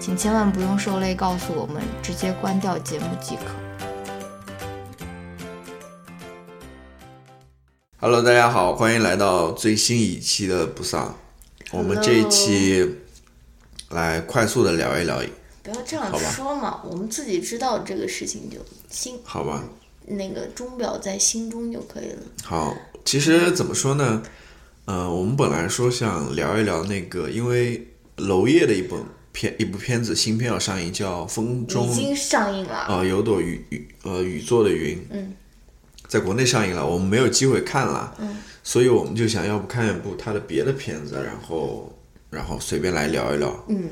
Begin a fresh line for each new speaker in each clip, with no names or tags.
请千万不用受累告诉我们，直接关掉节目即可。
Hello，大家好，欢迎来到最新一期的不丧。我们这一期来快速的聊一聊，
不要这样
好吧
说嘛，我们自己知道这个事情就心
好吧？
那个钟表在心中就可以了。
好，其实怎么说呢？呃，我们本来说想聊一聊那个，因为娄烨的一部片一部片子新片要上映，叫《风中
已经上映了，
呃，有朵雨雨呃雨做的云，
嗯，
在国内上映了，我们没有机会看了，嗯，所以我们就想要不看一部他的别的片子，然后然后随便来聊一聊，嗯，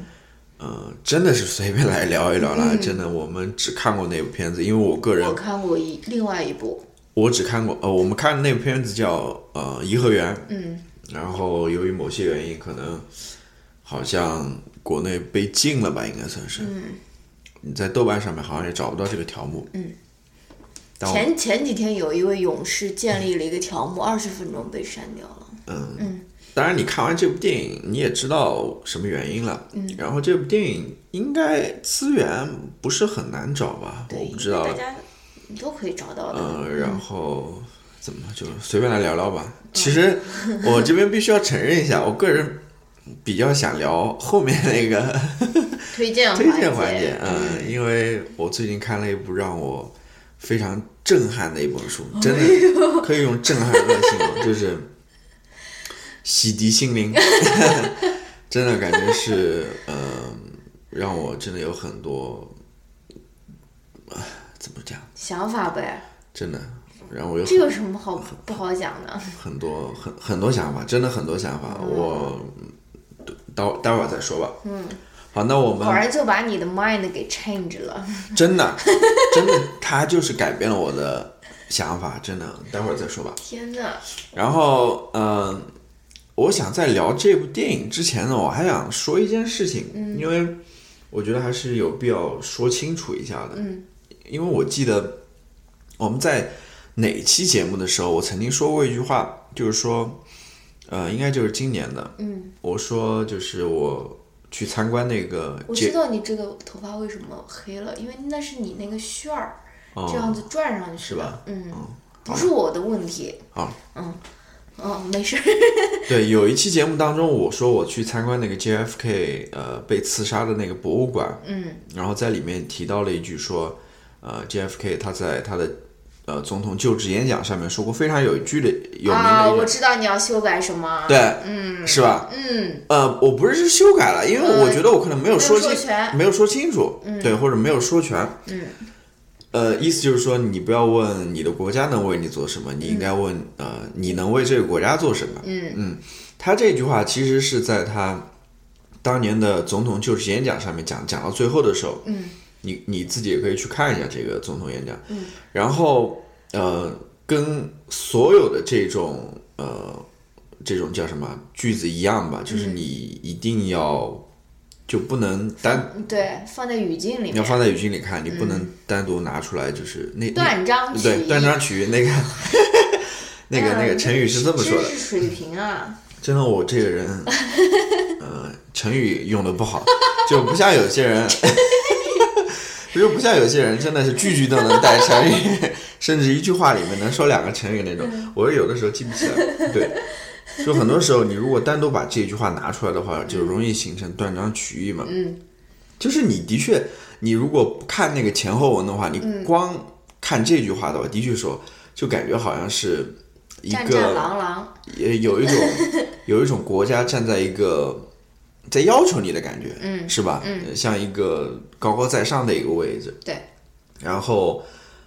呃，真的是随便来聊一聊啦，真的，我们只看过那部片子，因为我个人
我看过一另外一部，
我只看过呃，我们看的那部片子叫呃颐和园，
嗯，
然后由于某些原因，可能好像国内被禁了吧，应该算是，嗯，你在豆瓣上面好像也找不到这个条目，嗯。但我
前前几天有一位勇士建立了一个条目，二十分钟被删掉了。
当然，你看完这部电影，你也知道什么原因了。嗯，然后这部电影应该资源不是很难找吧？
对，
我不知道
大。家你都可以找到的。
呃，然后怎么就随便来聊聊吧。其实我这边必须要承认一下，我个人比较想聊后面那个
推荐
推荐环
环
节，嗯，因为我最近看了一部让我非常震撼的一本书，真的可以用震撼来形容，就是洗涤心灵， 真的感觉是，嗯、让我真的有很多，啊怎么讲，
想法呗，
真的让我有
这有什么好不好讲的？
很多很很多想法，真的很多想法，我待会待会儿再说吧，嗯，好，啊那我们
果然就把你的 mind 给 change 了。
真的，真的，他就是改变了我的想法，真的，待会儿再说吧。
天呐，
然后，嗯、我想在聊这部电影之前呢，我还想说一件事情，
嗯
因为我觉得还是有必要说清楚一下的。嗯，因为我记得呃我们在哪期节目的时候，我曾经说过一句话，就是说，呃，应该就是今年的，
嗯，
我说就是我去参观那个
我知道你这个头发为什么黑了，因为那是你那个旋儿这样子转
哦
上去的
是吧？
嗯，不是我的问题。
好，
嗯，哦，没事儿。
对，有一期节目当中，我说我去参观那个 JFK 呃被刺杀的那个博物馆，嗯，然后在里面提到了一句说，呃 JFK 他在他的呃总统就职演讲上面说过非常有一句的有名
啊，
的一
我
个，
知道你要修改什么。
对，嗯，是吧？
嗯，
呃，我不是修改了，因为我觉得我可能没有
没有
说
说
清，
全
没有说清楚，对，或者没有说全，嗯，呃，意思就是说，你不要问你的国家能为你做什么，你应该问、呃，你能为这个国家做什么，嗯他这句话其实是在他当年的总统就职演讲上面讲，讲到最后的时候，嗯，你你自己也可以去看一下这个总统演讲，嗯，然后呃，跟所有的这种呃这种叫什么句子一样吧，就是你一定要就不能单
对，放在语境里
你要
面，
放在语境里看，你不能单独拿出来，就是那那
断章取
对
义。
断章取义那个 那个那个成语是这么说的
知，识水平啊，
真的，我这个 人，呃，成语用的不好，就不像有些人， 就不像有些人真的是句句都能带成语，甚至一句话里面能说两个成语那种。
嗯
我有的时候记不起来，对，就很多时候你如果单独把这句话拿出来的话，就容易形成断章取义嘛。嗯，就是你的确，你如果不看那个前后文的话，你光。看这句话的话，的确说，就感觉好像是一
战
个
战狼狼，
也有一 种有一种国家站在一个在要求你的感觉，嗯，是吧？嗯，像一个高高在上的一个位置，
对，
然后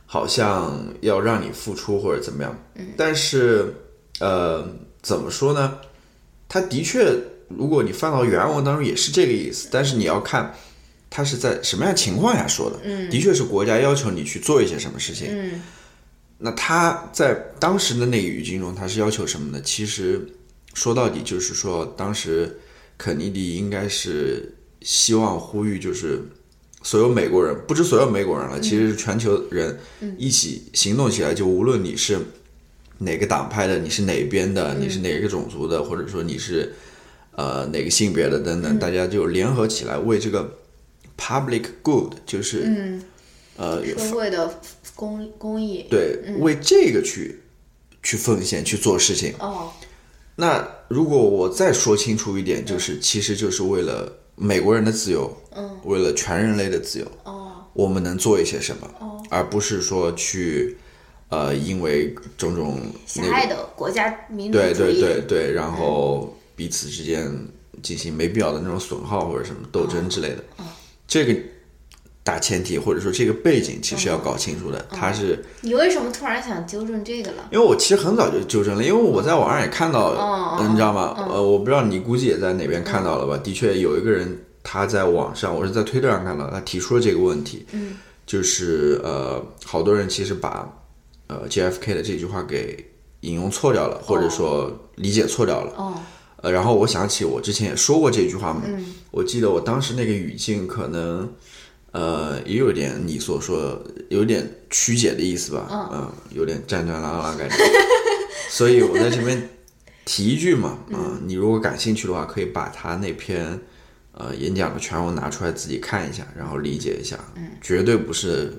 好像要让你付出或者怎么样，嗯，但是呃，怎么说呢？它的确，如果你放到原文当中也是这个意思，但是你要看。它是在什么样的情况下说的？嗯，的确是国家要求你去做一些什么事情，
嗯，
那他在当时的那个语境中，他是要求什么呢？其实说到底就是说，当时肯尼迪应该是希望呼吁，就是所有美国人，不止所有美国人了，其实是全球人一起行动起来。就无论你是哪个党派的，你是哪边的，你是哪个种族的，或者说你是呃哪个性别的等等，大家就联合起来为这个 public good，就是呃
社会的公公益，
对，为这个去去奉献去做事情。
哦，
那如果我再说清楚一点，
嗯
就是其实就是为了美国人的自由，嗯，为了全人类的自由，
哦，
我们能做一些什么，哦、而不是说去呃因为种种
狭隘
那个
的国家民族主
对
义，嗯
对对对，然后彼此之间进行没必要的那种损耗或者什么斗争之类的，
嗯
这个。大前提或者说这个背景其实要搞清楚
嗯
的，它是
你为什么突然想纠正这个了？
因为我其实很早就纠正了，因为我在网上也看到，
哦嗯
嗯你知道吗？呃，我不知道你估计也在哪边看到了吧？的确有一个人他在网上，我是在推特上看到，他提出了这个问题，嗯，就是呃，好多人其实把呃 JFK 的这句话给引用错掉了，或者说理解错掉了，
哦，嗯
呃，然后我想起我之前也说过这句话嘛，我记得我当时那个语境可能，呃，也有点你所说有点曲解的意思吧，嗯、有点战战狼狼感觉，所以我在这边提一句嘛，啊、你如果感兴趣的话，可以把他那篇呃演讲的全文拿出来自己看一下，然后理解一下，绝对不是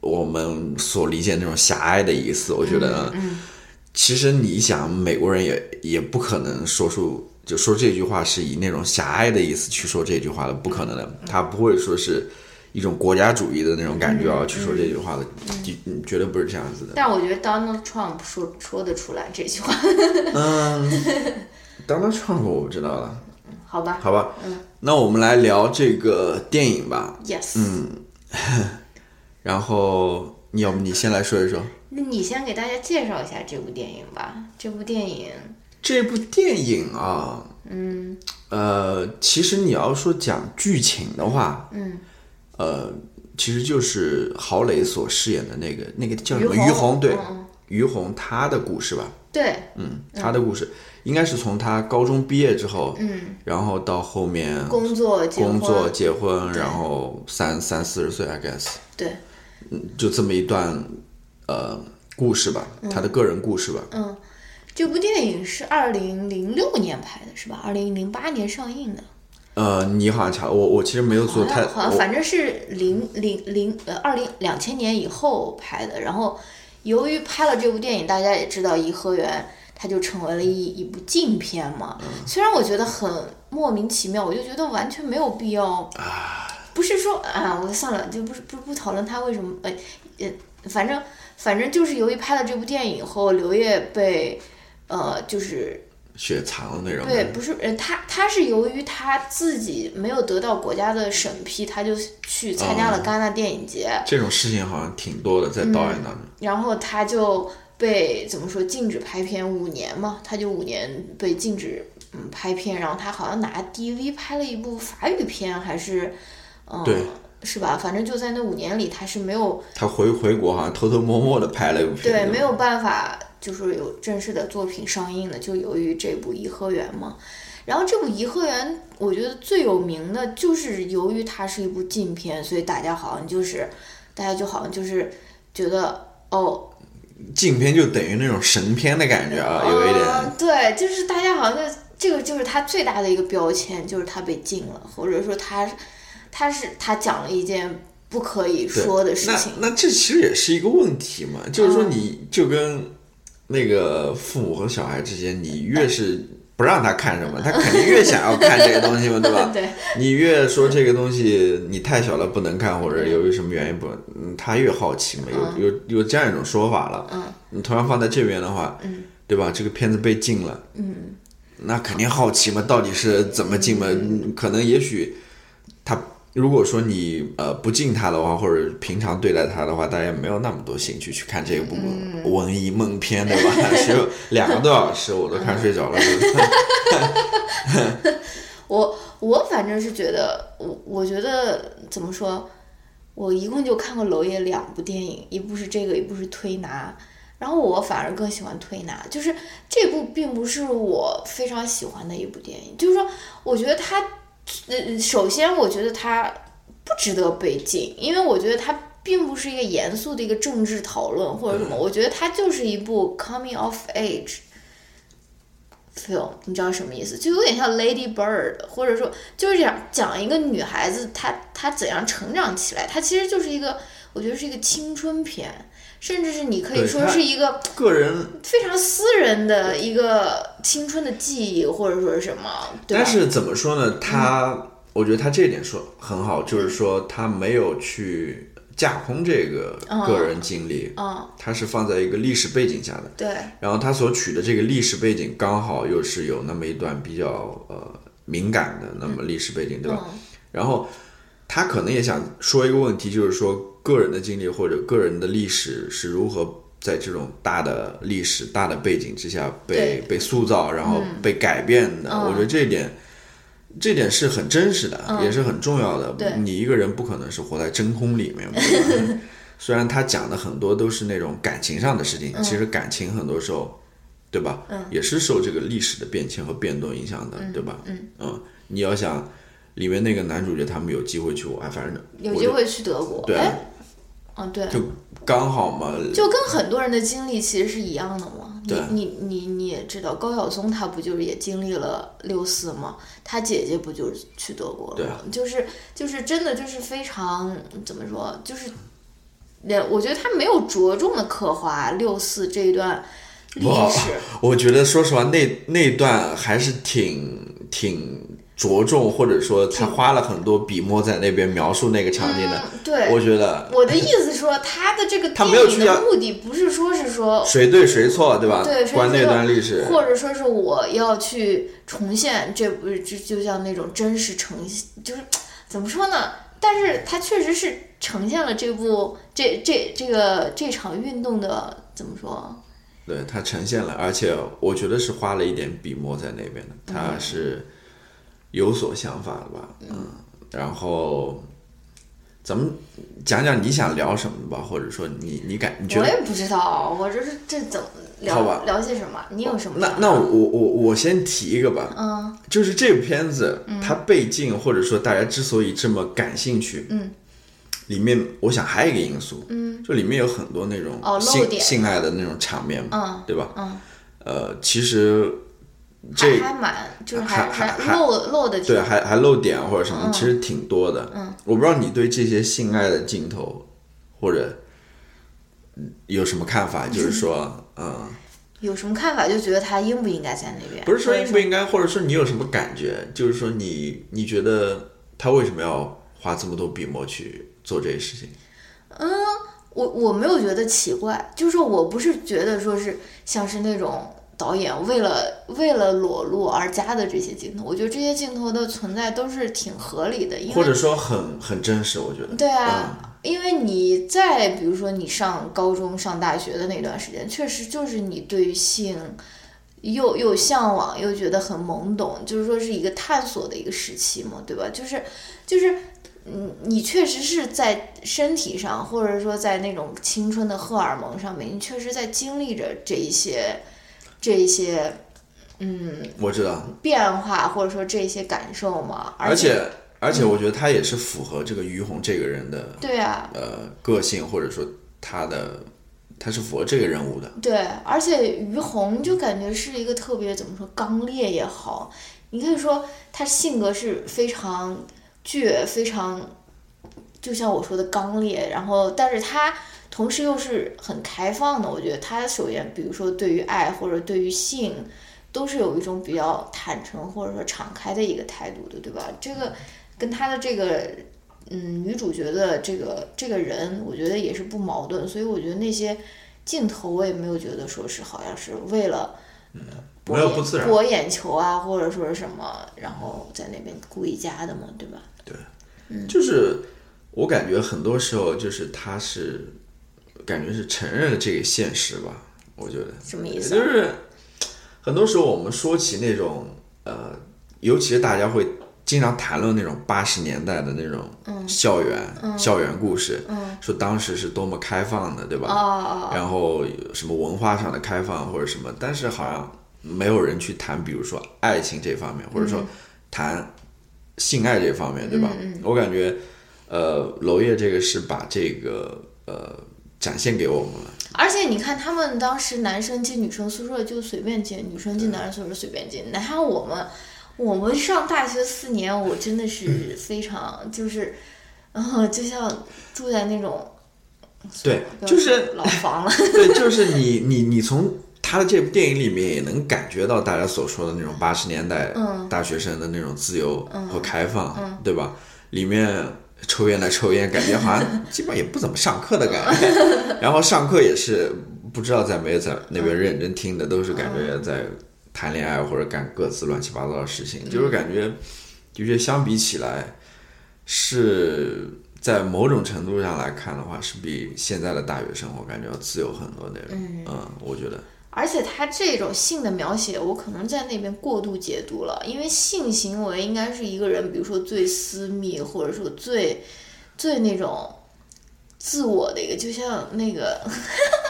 我们所理解那种狭隘的意思，我觉得。啊其实你想，美国人也也不可能说出就说这句话是以那种狭隘的意思去说这句话的，不可能的。他不会说是一种国家主义的那种感觉啊、去说这句话的，的绝对不是这样子的。
但我觉得 Donald Trump 说说得出来这句话，
当当 Trump 我不知道了，
好吧
好吧，那我们来聊这个电影吧。
？Yes，嗯，
然后你要不你先来说一说
那你先给大家介绍一下这部电影吧。这部电影，
这部电影啊？
嗯，
呃，其实你要说讲剧情的话，
嗯，
呃，其实就是郝蕾所饰演的那个那个叫什么
于红
于红，对
嗯嗯，
于红她的故事吧，
对，
嗯，她的故事应该是从她高中毕业之后，嗯，然后到后面
工作、结婚
工作、结婚，然后三三四十岁，I guess，
对，
就这么一段呃故事吧，她的个人故事吧，
嗯，这部电影是二零零六年拍的，是吧？二零零八年上映的，
呃，你好像查我我其实没有做
好
太
像好像反正是零零零呃二零两千年以后拍的。然后由于拍了这部电影，大家也知道《颐和园》，它就成为了一一部禁片嘛。
嗯
虽然我觉得很莫名其妙，我就觉得完全没有必要。不是说啊，我算了，就不是不不讨论他为什么呃呃，反正反正就是由于拍了这部电影以后，刘烨被呃就是
雪藏的那种，
对，不是，呃，他他是由于他自己没有得到国家的审批，他就去参加了戛纳电影节，
这种事情好像挺多的，在导演当中。
然后他就被怎么说禁止拍片五年嘛，他就五年被禁止嗯拍片，然后他好像拿 DV 拍了一部法语片还是，嗯、
对
是吧？反正就在那五年里，他是没有
他回回国好像偷偷摸摸的拍了一部片
对
子，
没有办法，就是有正式的作品上映的，就由于这部《颐和园》嘛。然后这部《颐和园》，我觉得最有名的就是由于它是一部禁片，所以大家好像就是，大家就好像就是觉得哦，
禁片就等于那种神片的感觉啊，有一点
嗯，对，就是大家好像就这个就是他最大的一个标签，就是他被禁了，或者说他他是他讲了一件不可以
对
说的事情。嗯
那那这其实也是一个问题嘛，就是说你就跟那个父母和小孩之间，你越是不让他看什么，他肯定越想要看这个东西 嘛，对吧？
对，
你越说这个东西你太小了不能看，或者由于什么原因不，嗯他越好奇嘛，有有有这样一种说法了。
嗯，
你同样放在这边的话，
嗯，
对吧？这个片子被禁了，嗯，那肯定好奇嘛，到底是怎么禁嘛？嗯可能也许他如果说你呃不禁他的话，或者平常对待他的话，大家没有那么多兴趣去看这部
嗯
文艺梦片，对吧？只有两个多小时，我都看睡着了，对 不对？
我我反正是觉得，我我觉得怎么说，我一共就看过娄烨两部电影，一部是这个，一部是推拿。然后我反而更喜欢推拿，就是这部并不是我非常喜欢的一部电影，就是说，我觉得它，呃，首先我觉得它不值得被禁，因为我觉得它并不是一个严肃的一个政治讨论或者什么，我觉得它就是一部 coming of age film，你知道什么意思？就有点像 Lady Bird，或者说就是讲讲一个女孩子她她怎样成长起来，它其实就是一个，我觉得是一个青春片，甚至是你可以
对
说
它
是一个。
个人
非常私人的一个青春的记忆，或者说是什么，对吧？嗯
但是怎么说呢？他，我觉得他这一点说很好，就是说他没有去架空这个个人经历，
嗯，
他是放在一个历史背景下的。
对，
然后他所取的这个历史背景，刚好又是有那么一段比较呃敏感的那么历史背景，对吧？然后他可能也想说一个问题，就是说个人的经历或者个人的历史是如何在这种大的历史、大的背景之下被被塑造，然后被改变的。我觉得这一点。这点是很真实的，也是很重要
对
的。你一个人不可能是活在真空里面，对吧虽然他讲的很多都是那种感情上的事情，其实感情很多时候，对吧？嗯，也是受这个历史的变迁和变动影响的，对吧？嗯你要想里面那个男主角他们有机会去玩，反正
有
我
机
就
会去德国，
对啊
哎，嗯，对，
就刚好嘛，
就跟很多人的经历其实是一样的嘛。你
对
你你你也知道，高晓松他不就是也经历了六四嘛？他姐姐不就是去德国了
对
吗
啊？
就是就是真的就是非常怎么说，就是，也我觉得他没有着重的刻画六四这一段历
哇
史，
我觉得说实话，那那段还是挺挺着重，或者说他花了很多笔墨在那边描述那个场景的
嗯。，对，
我觉得
我的意思说，他的这个
他
电
没有
影
去
的
要
目的不是说是说，
谁对谁错，对吧？
对，说
关
这
那
个
段历史，
或者说是我要去重现这部，就就像那种真实呈现，就是怎么说呢？但是它确实是呈现了这部这这这个这场运动的怎么说？
对，它呈现了，而且我觉得是花了一点笔墨在那边的，他是有所想法的吧，嗯，然后咱们讲讲你想聊什么吧，或者说你你感你觉
我
得
也不知道，我这是这怎么
好
聊
吧
聊些什么？你有什么
那
想法？
那我我我先提一个吧，
嗯
就是这部片子它被禁，或者说大家之所以这么感兴趣，
嗯，
里面我想还有一个因素，
嗯
就里面有很多那种
哦漏
性、
点
性爱的那种场面嘛，
嗯
对吧？
嗯，
呃，其实这
还还蛮就是还
还还还
漏漏的挺
对，啊还还漏点或者什么，
嗯
其实挺多的。嗯，我不知道你对这些性爱的镜头或者嗯有什么看法，就是说，嗯，
有什么看法？就觉得他应不应该在那边？
不是说
或者
应不应该，或者说你有什么感觉，就是说你你觉得他为什么要花这么多笔墨去做这些事情？
我我没有觉得奇怪，就是说我不是觉得说是像是那种导演为了为了裸露而加的这些镜头，我觉得这些镜头的存在都是挺合理的，因
或者
为
说很很真实，我觉得。
对啊，因为你在比如说你上高中上大学的那段时间，确实就是你对于性。又又向往，又觉得很懵懂，就是说是一个探索的一个时期嘛，对吧？就是，就是，嗯，你确实是在身体上，或者说在那种青春的荷尔蒙上面，你确实在经历着这一些，这一些，嗯，
嗯，我知道。
变化，或者说这一些感受嘛。
而
且，
且嗯而且，我觉得他也是符合这个于红这个人的
对啊，
呃个性，或者说他的他是符合这个人物的。
对，而且于红就感觉是一个特别怎么说刚烈也好，你可以说他性格是非常倔，非常就像我说的刚烈，然后但是他同时又是很开放的。我觉得他首先，比如说对于爱或者对于性都是有一种比较坦诚或者说敞开的一个态度的，对吧？这个跟他的这个嗯女主角的这个这个人，我觉得也是不矛盾，所以我觉得那些镜头我也没有觉得说是好像是为了博
没有不自
眼
然
博眼球啊，或者说是什么，然后在那边故意加的嘛，对吧？
就是我感觉很多时候就是他是感觉是承认了这个现实吧，我觉得
什么意
也
思
就
啊？
是很多时候我们说起那种呃，尤其是大家会经常谈论那种八十年代的那
嗯
种校园、校园故事，说当时是多么开放的，对吧？
哦
然后有什么文化上的开放或者什么，但是好像没有人去谈，比如说爱情这方面，或者
嗯
说谈性爱这方面，对吧？我感觉，呃，娄烨这个是把这个呃展现给我们了，
而且你看，他们当时男生进女生宿舍就随便进，女生进男生宿舍随便进。哪有我们，我们上大学四年，我真的 是非常就是，嗯，就像住在那种
对，
不要
就
说
是
老房了。
对，就是你你你从他的这部电影里面也能感觉到大家所说的那种八十年代大学生的那种自由和开放，对吧？里面抽烟的抽烟，感觉好像基本也不怎么上课的感觉，然后上课也是不知道在没有在那边认真听的，都是感觉在谈恋爱或者干各自乱七八糟的事情，就是感觉的确相比起来是。在某种程度上来看的话，是比现在的大学生活感觉要自由很多那种。嗯我觉得
而且他这种性的描写，我可能在那边过度解读了，因为性行为应该是一个人，比如说最私密，或者说最最那种自我的一个，就像那个，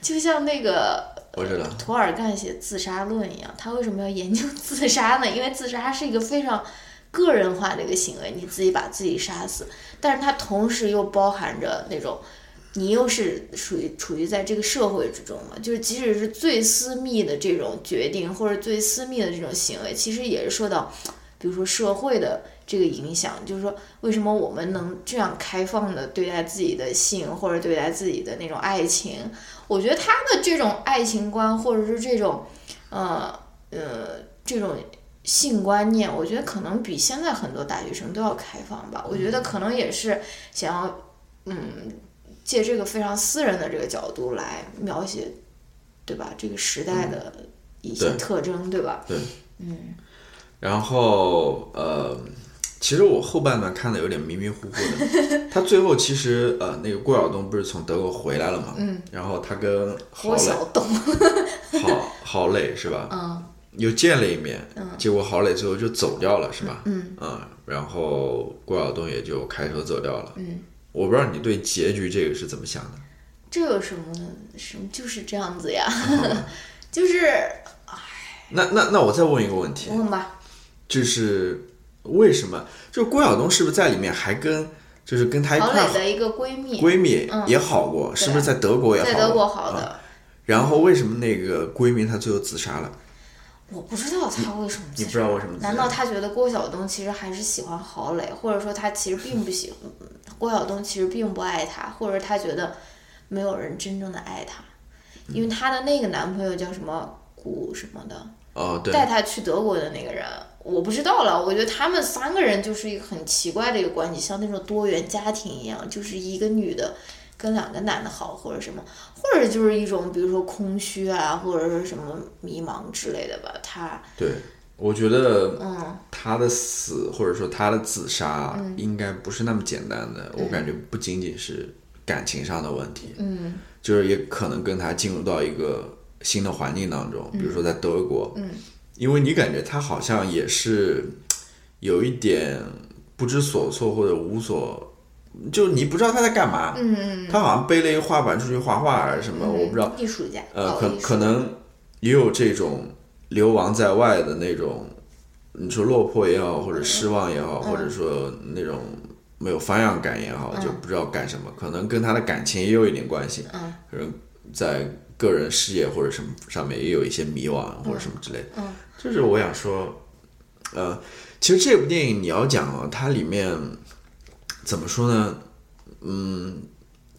就像那个
我知道，
涂尔干写《自杀论》一样，他为什么要研究 自杀呢？因为自杀是一个非常个人化的一个行为，你自己把自己杀死，但是它同时又包含着那种，你又是属于处于在这个社会之中嘛，就是即使是最私密的这种决定或者最私密的这种行为，其实也是受到，比如说社会的这个影响，就是说为什么我们能这样开放的对待自己的性或者对待自己的那种爱情，我觉得他的这种爱情观，或者是这种，呃呃，这种性观念，我觉得可能比现在很多大学生都要开放吧。我觉
嗯
得可能也是想要，嗯，借这个非常私人的这个角度来描写，对吧？这个时代的一些
嗯对
特征，对吧？
对，嗯。然后呃，其实我后半段看的有点迷迷糊糊 的。他最后其实呃，那个郭晓东不是从德国回来了嘛？嗯。然后他跟郝
我
磊
小懂，
郝郝磊是吧？嗯。又见了一面，结果郝磊最后就走掉了，是吧？嗯。然后郭晓东也就开车走掉了。嗯。我不知道你对结局这个是怎么想的。
这有什么什么就是这样子 呀，就是
那那那我再问一个问题，
问吧，
就是为什么？就是郭晓东是不是在里面还跟就是跟她一
郝
块
磊
好
的一个闺蜜，
闺蜜也好过？是不是在德国也好
嗯在
过？
德国好的。
嗯然后为什么那个闺蜜她最后自杀了？
我不知道他为什么
你
自
不
杀。
知道为什么自杀？
难道他觉得郭晓东其实还是喜欢郝蕾，或者说他其实并不喜欢郭晓东，其实并不爱他，或者他觉得没有人真正的爱他，因为他的那个男朋友叫什么谷什么的，
哦，对，
带他去德国的那个人，我不知道了。我觉得他们三个人就是一个很奇怪的一个关系，像那种多元家庭一样，就是一个女的跟两个男的好，或者什么，或者就是一种比如说空虚啊，或者是什么迷茫之类的吧。他
对，我觉得，嗯，他的死或者说他的自杀，
嗯
应该不是那么简单的。我感觉不仅仅是感情上的问题，嗯，就是也可能跟他进入到一个新的环境当中，比如说在德国，嗯，因为你感觉他好像也是有一点不知所措或者无所。就你不知道他在干嘛，嗯，他好像背了一个画板出去画画还是什么，我不知道，
艺术家，
呃，
搞
可
艺术
可能也有这种流亡在外的那种，你说落魄也好，或者失望也好，或者说那种没有方向感也好，就不知道干什么，可能跟他的感情也有一点关系，嗯，可能在个人事业或者什么上面也有一些迷惘或者什么之类的，嗯，就是我想说，呃，其实这部电影你要讲哦，它里面怎么说呢？嗯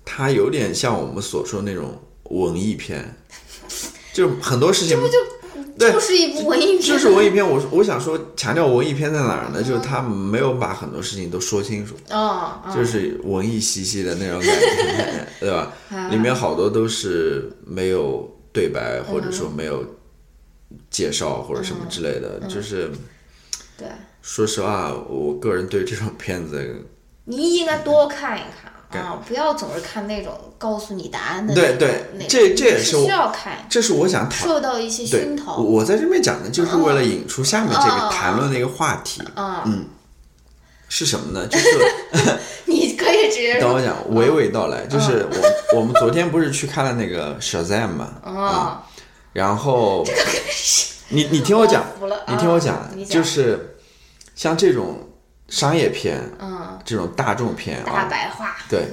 它有点像我们所说那种文艺片，就很多事情
这不就
对
就是一部文艺片，
就是文艺片。我我想说，强调文艺片在哪儿呢？就是他没有把很多事情都说清楚，
嗯，嗯
就是文艺兮兮的那种感觉，对 吧？
啊
里面好多都是没有对白，或者说没有介绍或者什么之类
嗯
的。就是
对，
说实话，我个人对这种片子，
嗯你应该多看一看啊，不要总是看那种告诉你答案的那
对
种。
对
那，种
这这也
你
是
需
我，
要看，
这是我想讨
受到一些
对
熏，
我
陶。
我在这边讲的就是为了引出下面这
嗯
个
嗯
谈论的一个话题，
嗯
嗯，是什么呢？就是
你可以直接
等
说
我讲，娓娓道来。
嗯
就是我我们昨天不是去看了那个 Shazam 嘛，嗯，
啊，
然 后你你听我讲
我服了，
你听我
啊你讲
就是像这种商业片，
嗯，
这种大众片
大
啊，
白话，
对，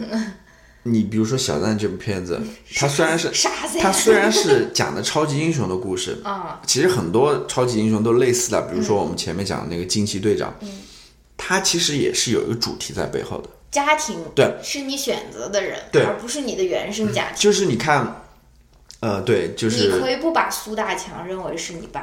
你比如说小赞这部片子，它虽然是
啥子呀？
它虽然是讲的超级英雄的故 事，
啊，
其实很多超级英雄都类似的，比如
嗯
说我们前面讲的那个惊奇队长，他其实也是有一个主题在背后的。
家庭
对
是你选择的人，
对
而不是你的原生家庭。
就是你看，呃，对，就
你 可
是
以不把苏大强认为是你爸。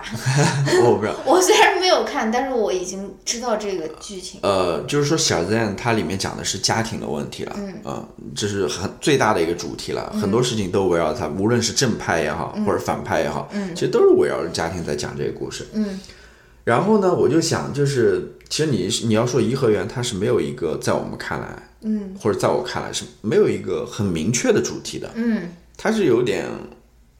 哦 我不知道，
我虽然没有看，但是我已经知道这个剧情。
呃，就是说小 Zen 它里面讲的是家庭的问题了，嗯、这是很最大的一个主题了，很多事情都围绕它，无论是正派也好，或者反派也好，嗯，其实都是围绕着家庭在讲这个故事，嗯。然后呢，我就想，就是其实你你要说颐和园，它是没有一个在我们看来，嗯，或者在我看来是没有一个很明确的主题的，
嗯，
它是有点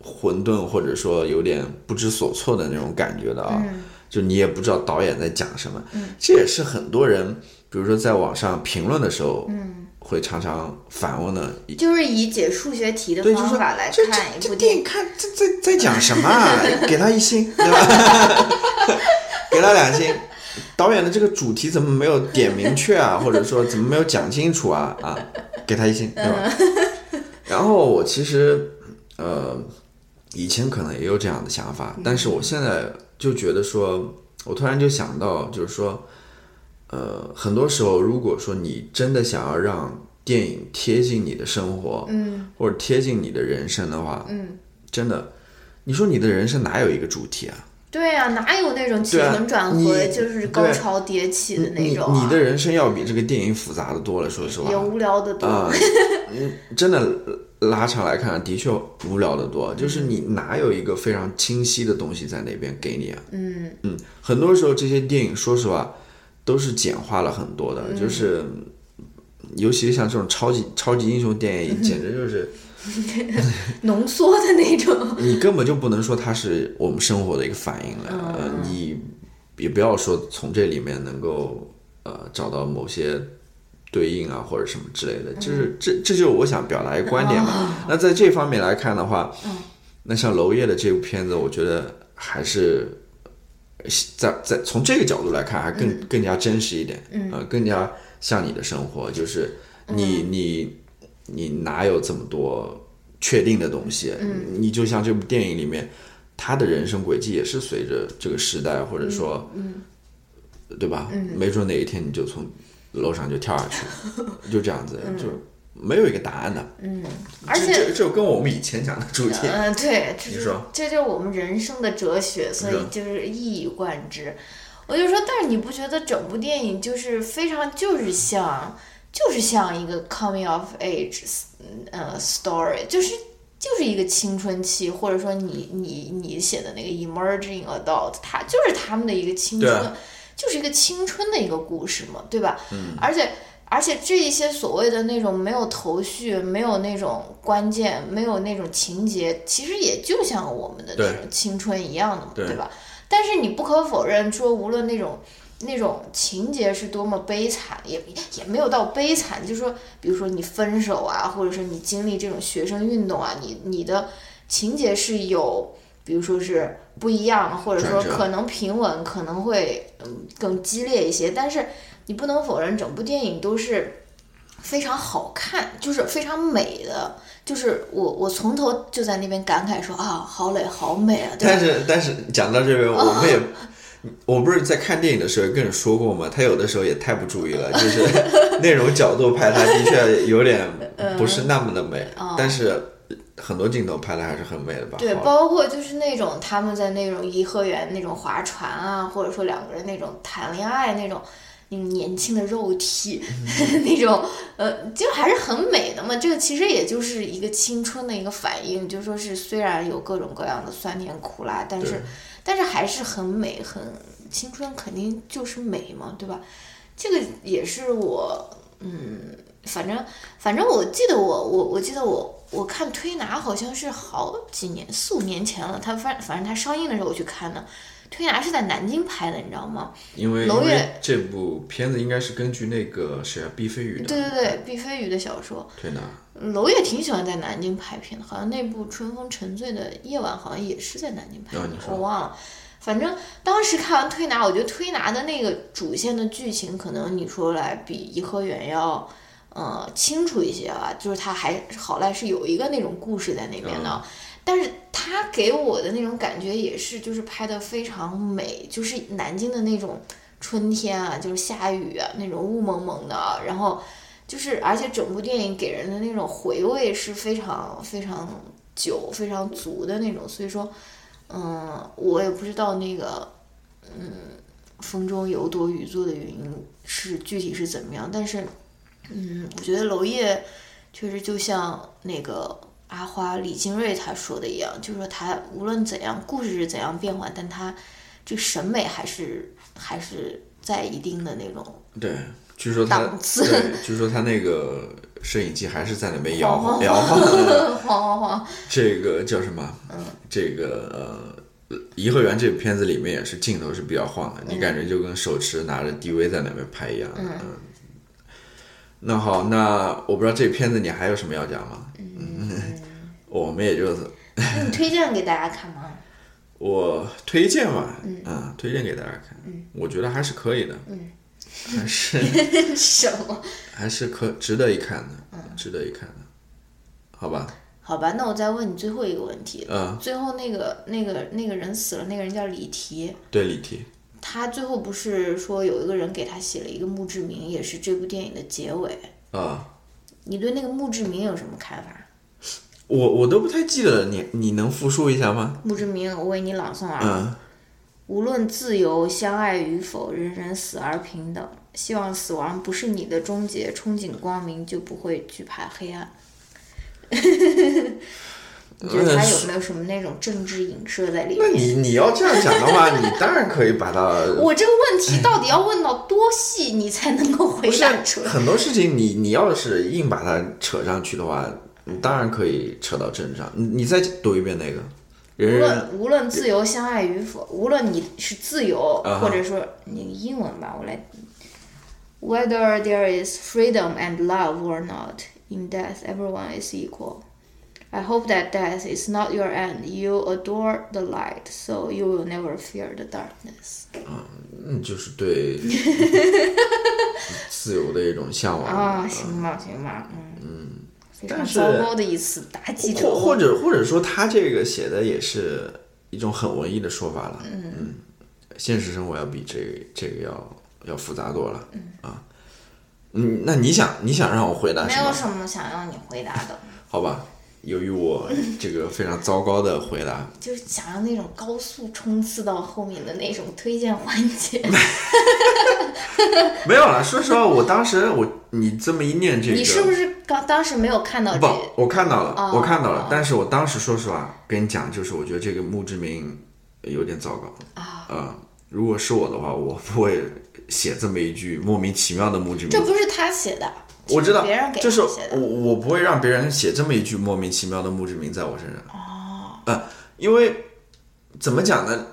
混沌，或者说有点不知所措的那种感觉的啊。就你也不知道导演在讲什么，这也是很多人，比如说在网上评论的时候，嗯，会常常反问的。
就是以解数学题的
对，就
方
说
法来
这这
看一
这
部
电
电
影
影。
看这这在讲什么、 啊？给他一星，对吧？给他两星。导演的这个主题怎么没有点明确啊？ 或者说怎么没有讲清楚啊？啊，给他一星，对吧？
嗯
然后我其实呃，以前可能也有这样的想法，
嗯
但是我现在就觉得说，我突然就想到，就是说，呃，很多时候如果说你真的想要让电影贴近你的生活，嗯，或者贴近你的人生的话，嗯，真的，你说你的人生哪有一个主题啊？
对啊，哪有那种起
对啊
承转
你
合，就是高
对
潮迭起的那
你
种啊
你的人生要比这个电影复杂的多了，说实话，
也无聊的多。
啊，嗯，真的拉长来看，的确无聊的多。就是你哪有一个非常清晰的东西在那边给你啊？嗯嗯，很多时候这些电影，说实话，都是简化了很多的，就是。尤其是像这种超级超级英雄电 影，简直就是
浓缩的那种。
你根本就不能说它是我们生活的一个反应了。呃，你也不要说从这里面能够呃找到某些对应啊或者什么之类的，就是这这就是我想表达一个观点嘛。那在这方面来看的话，那像娄烨的这部片子，我觉得还是在在从这个角度来看，还更、更加真实一点，嗯、呃，更加像你的生活，就是你、你你哪有这么多确定的东西？嗯、你就像这部电影里面，他的人生轨迹也是随着这个时代，或者说，嗯对吧？没准哪一天你就从楼上就跳下去 了，就这样子，就没有一个答案的。
而 且
这这这跟我们以前讲的主题，
嗯，对，这
你
就是
说
这就是我们人生的哲学，所以
是
就是一以贯之。我就说，但是你不觉得整部电影就是非常就是像就是像一个 coming of age 嗯呃 story，就是就是一个青春期，或者说你你你写的那个 emerging adult，他就是他们的一个青
对
春
啊，
就是一个青春的一个故事嘛，对吧？嗯，而且。而且这一些所谓的那种没有头绪、没有那种关键、没有那种情节，其实也就像我们的那
对
种青春一样的嘛，
对
对吧？但是你不可否认说，无论那种那种情节是多么悲惨，也也没有到悲惨，就是说，比如说你分手啊，或者说你经历这种学生运动啊，你你的情节是有，比如说是不一样，或者说
转折
可能平稳，可能会嗯更激烈一些，但是你不能否认，整部电影都是非常好看，就是非常美的。就是我，我从头就在那边感慨说啊，郝蕾好美啊，对
但
吧？
是但是讲到这边，
哦
我们也，我不是在看电影的时候跟你说过吗？他有的时候也太不注意 了，就是
嗯
那种角度拍，他的确有点不是那么的美。但是很多镜头拍的还是很美的吧？
哦对，
好
包括就是那种他们在那种颐和园那种划船啊，或者说两个人那种谈恋爱那种，那种年轻的肉体，
嗯
那种呃，就还是很美的嘛。这个其实也就是一个青春的一个反应，就说是虽然有各种各样的酸甜苦辣，但
对
是但是还是很美，很青春肯定就是美嘛，对吧？这个也是我嗯，反正反正我记得我我我记得我我看推拿好像是好几年四五年前了，它反反正它上映的时候我去看的，推拿是在南京拍的，你知道吗？
因为
娄
因为
烨
这部片子应该是根据那个谁啊，毕飞宇的
对对对，毕飞宇的小说，
推拿，
娄烨挺喜欢在南京拍片的，好像那部《春风沉醉的夜晚》好像也是在南京拍的，
哦你说
我忘了。反正当时看完推拿，我觉得推拿的那个主线的剧情，可能你说来比颐和园要呃清楚一些吧，就是它还好赖是有一个那种故事在那边的。但是它给我的那种感觉也是，就是拍的非常美，就是南京的那种春天啊，就是下雨啊，那种雾蒙蒙的啊，然后就是而且整部电影给人的那种回味是非常非常久、非常足的那种，所以说，嗯，我也不知道那个，嗯，风中有朵雨做的云是具体是怎么样，但是，嗯，我觉得娄烨确实就像那个阿花李金瑞他说的一样，就是说他无论怎样，故事是怎样变换，但他这个审美还是还是在一定的那种
对，据说他
档次
对，据说他那个摄影机还是在那边摇
晃晃
晃摇晃。
晃晃晃，
这个叫什么？这个呃，颐和园这个片子里面也是镜头是比较晃的，你感觉就跟手持拿着 DV 在那边拍一样。嗯。那好，那我不知道这片子你还有什么要讲吗？嗯， 我们也就是
那你推荐给大家看吗？
我推荐嘛，嗯推荐给大家看，嗯，我觉得还是可以的，嗯，还是
什么？
还是可值得一看的，值得一看的，好吧？
好吧，那我再问你最后一个问题。
嗯，
最后那个那个那个人死了，那个人叫李提，
对，李提，
他最后不是说有一个人给他写了一个墓志铭，也是这部电影的结尾。
啊、
你对那个墓志铭有什么看法？
我我都不太记得了，你你能复述一下吗？
墓志铭，我为你朗诵啊。
嗯，
无论自由、相爱与否，人人死而平等。希望死亡不是你的终结，憧憬光明就不会惧怕黑暗。你觉得他有没有什么那种政治影射在里
嗯呃那
面？
你你要这样讲的话， 你当然可以把它。
我这个问
哎
题到底要问到多细，你才能够回
不是
答出来？
很多事情你，你要是硬把它扯上去的话，你当然可以扯到政治上。你你再读一遍那个，
无
人人
论无论自由相爱与否，无论你是自由
啊哈
或者说那个英文吧，我来。Whether there is freedom and love or not, in death everyone is equal. I hope that death is not your end. You adore the light, so you will never fear the darkness.
嗯，就是 对自由的一种向往
啊，行吧，行吧，嗯非常
但是
糟糕的一次打击者
或或者或者说他这个写的也是一种很文艺的说法了。嗯现实生活要比这个这个要要复杂多了。嗯啊，嗯，那你想你想让我回答
没
什
有
么？
什么想要你回答的，
好吧，由于我这个非常糟糕的回 答，
就是想要那种高速冲刺到后面的那种推荐环节。
没有了。说实话，我当时我你这么一念这个，
你是不是刚当时没有看到这
不
个？，
我看到了，
哦
我看到了，但是我当时说实话跟你讲，就是我觉得这个墓志铭有点糟
哦
糕啊、呃如果是我的话，我不会写这么一句莫名其妙的墓志
这
铭。
不是他写的，
我知道
是别人，给
就是
他
我
写的。
我不会让别人写这么一句莫名其妙的墓志铭在我身上。哦，呃，因为怎么讲呢？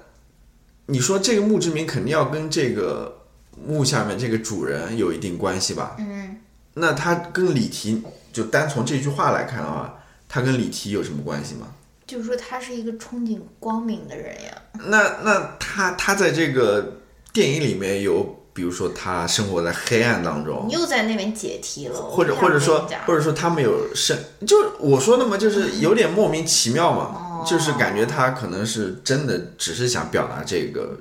你说这个墓志铭肯定要跟这个墓下面这个主人有一定关系吧？
嗯，
那他跟李提，就单从这句话来看的话，他跟李提有什么关系吗？
就是说他是一个憧憬光明的人呀。
那那他他在这个电影里面有，比如说他生活在黑暗当中
你，又在那边解题了，
或者
我不
或者
想跟
说
你讲
或者说他们有生，就是我说的嘛，
嗯
就是有点莫名其妙
哦
嘛，就是感觉他可能是真的只是想表达这个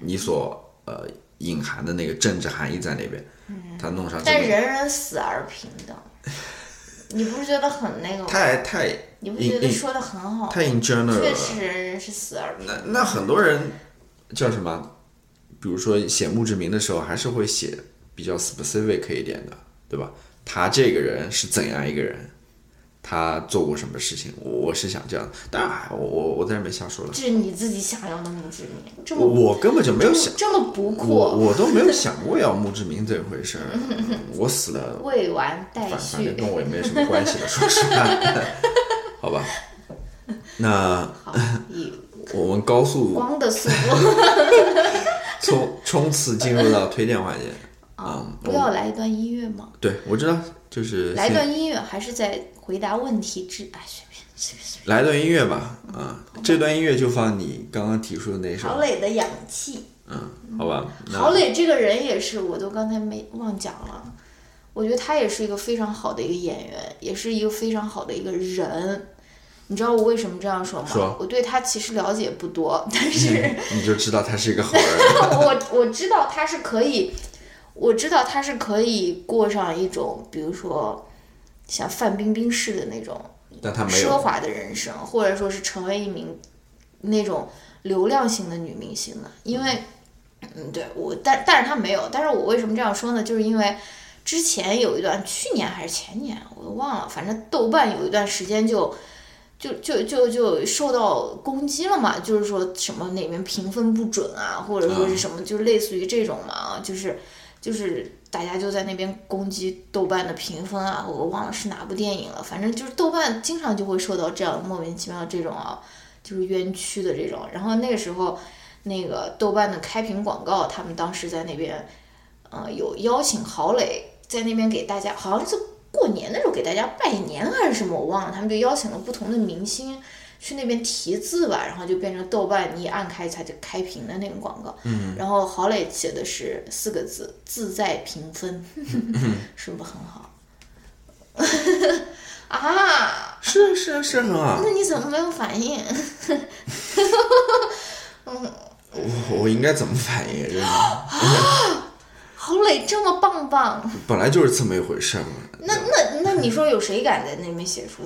你所呃隐含的那个政治含义在那边，他弄上这
嗯
个
但 人人死而平等。你不是觉得很那个吗？
太太
你不觉
你
得
你
说的很好吗？
太 in general
确
了。
实是死而不
那那很多人叫什么？比如说写墓志铭的时候，还是会写比较 specific 一点的，对吧？他这个人是怎样一个人？他做过什么事情？我我是想这样，当然，哎我我我在这边瞎说了，
这是你自己想要的墓志铭，这
我
么
我根本就没有想，
这么不
我
酷，
我都没有想过要墓志铭这回事儿。我死了，
未完待
反反
续
正。跟我也没什么关系了，说实话，好吧。那
好，以
我们高速
光的速 度，
冲冲刺进入到推荐环节。嗯，
不要来一段音乐吗？
对我知道，就是
来
先
段音乐，还是在回答问题之哎，随便随便随
来段音乐吧。啊，这段音乐就放你刚刚提出的那
便。郝
首。
磊的氧气。
啊嗯，好吧。
郝
那
磊这个人也是，我都刚才没忘讲了。我觉得他也是一个非常好的一个演员，也是一个非常好的一个人。你知道我为什么这样说吗？
说嗯
我对他其实了解不多，但是
你就知道他是一个好人。
我我知道他是可以，我知道他是可以过上一种，比如说像范冰冰式的那种
但他没
奢
有。
华的人生，或者说是成为一名那种流量型的女明星呢？因为，嗯，对我，但但是她没有。但是我为什么这样说呢？就是因为之前有一段，去年还是前年，我都忘了，反正豆瓣有一段时间就。就就就就受到攻击了嘛，就是说什么哪边评分不准啊，或者说是什么，就类似于这种嘛，啊，就是就是大家就在那边攻击豆瓣的评分啊，我忘了是哪部电影了，反正就是豆瓣经常就会受到这样莫名其妙这种啊，就是冤屈的这种。然后那个时候，那个豆瓣的开屏广告，他们当时在那边，呃，有邀请郝蕾在那边给大家，好像是过年的时候给大家拜年还是什么，我忘了，他们就邀请了不同的明星。去那边题字吧，然后就变成豆瓣，你一按开它就开屏的那个广告。嗯，然后郝蕾写的是四个字“自在评分”，是不是很好？ 啊，
是啊是啊是啊很好
那。你怎么没有反应？
我我应该怎么反应？真的，
郝蕾这么棒棒，
本来就是这么一回事儿嘛。
那那那你说有谁敢在那边写出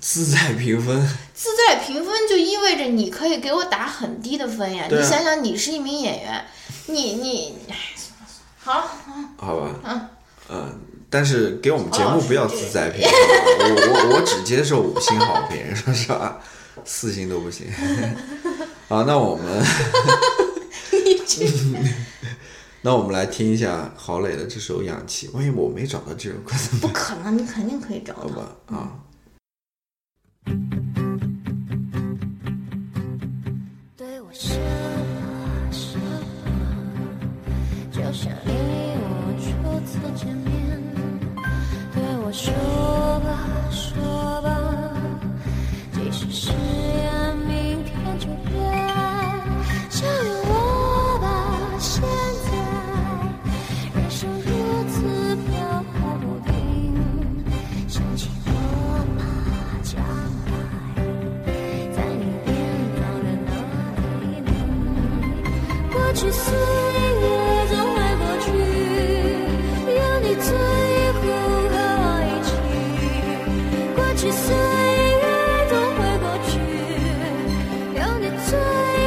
自在评分，
自在评分就意味着你可以给我打很低的分呀。
对啊
你想想，你是一名演员，你你，哎，算了算了，好了，
好吧。嗯但是给我们节目不要自在评分，我我我只接受五星好评， 说实话，四星都不行。 好，那我们。
你这
那我们来听一下郝蕾的这首《氧气》，万一我没找到这首歌怎么
不可能，你肯定可以找
办
到。
吧？啊，
对我说说，就像你我初次见面。对我说吧说吧，即使誓言明天就变。相信我吧，现在人生如此飘忽不定，想起我吧，将来。在你变老的那一年，过去岁月总会过去，有你最后和我一起。过去岁月总会过去，有你最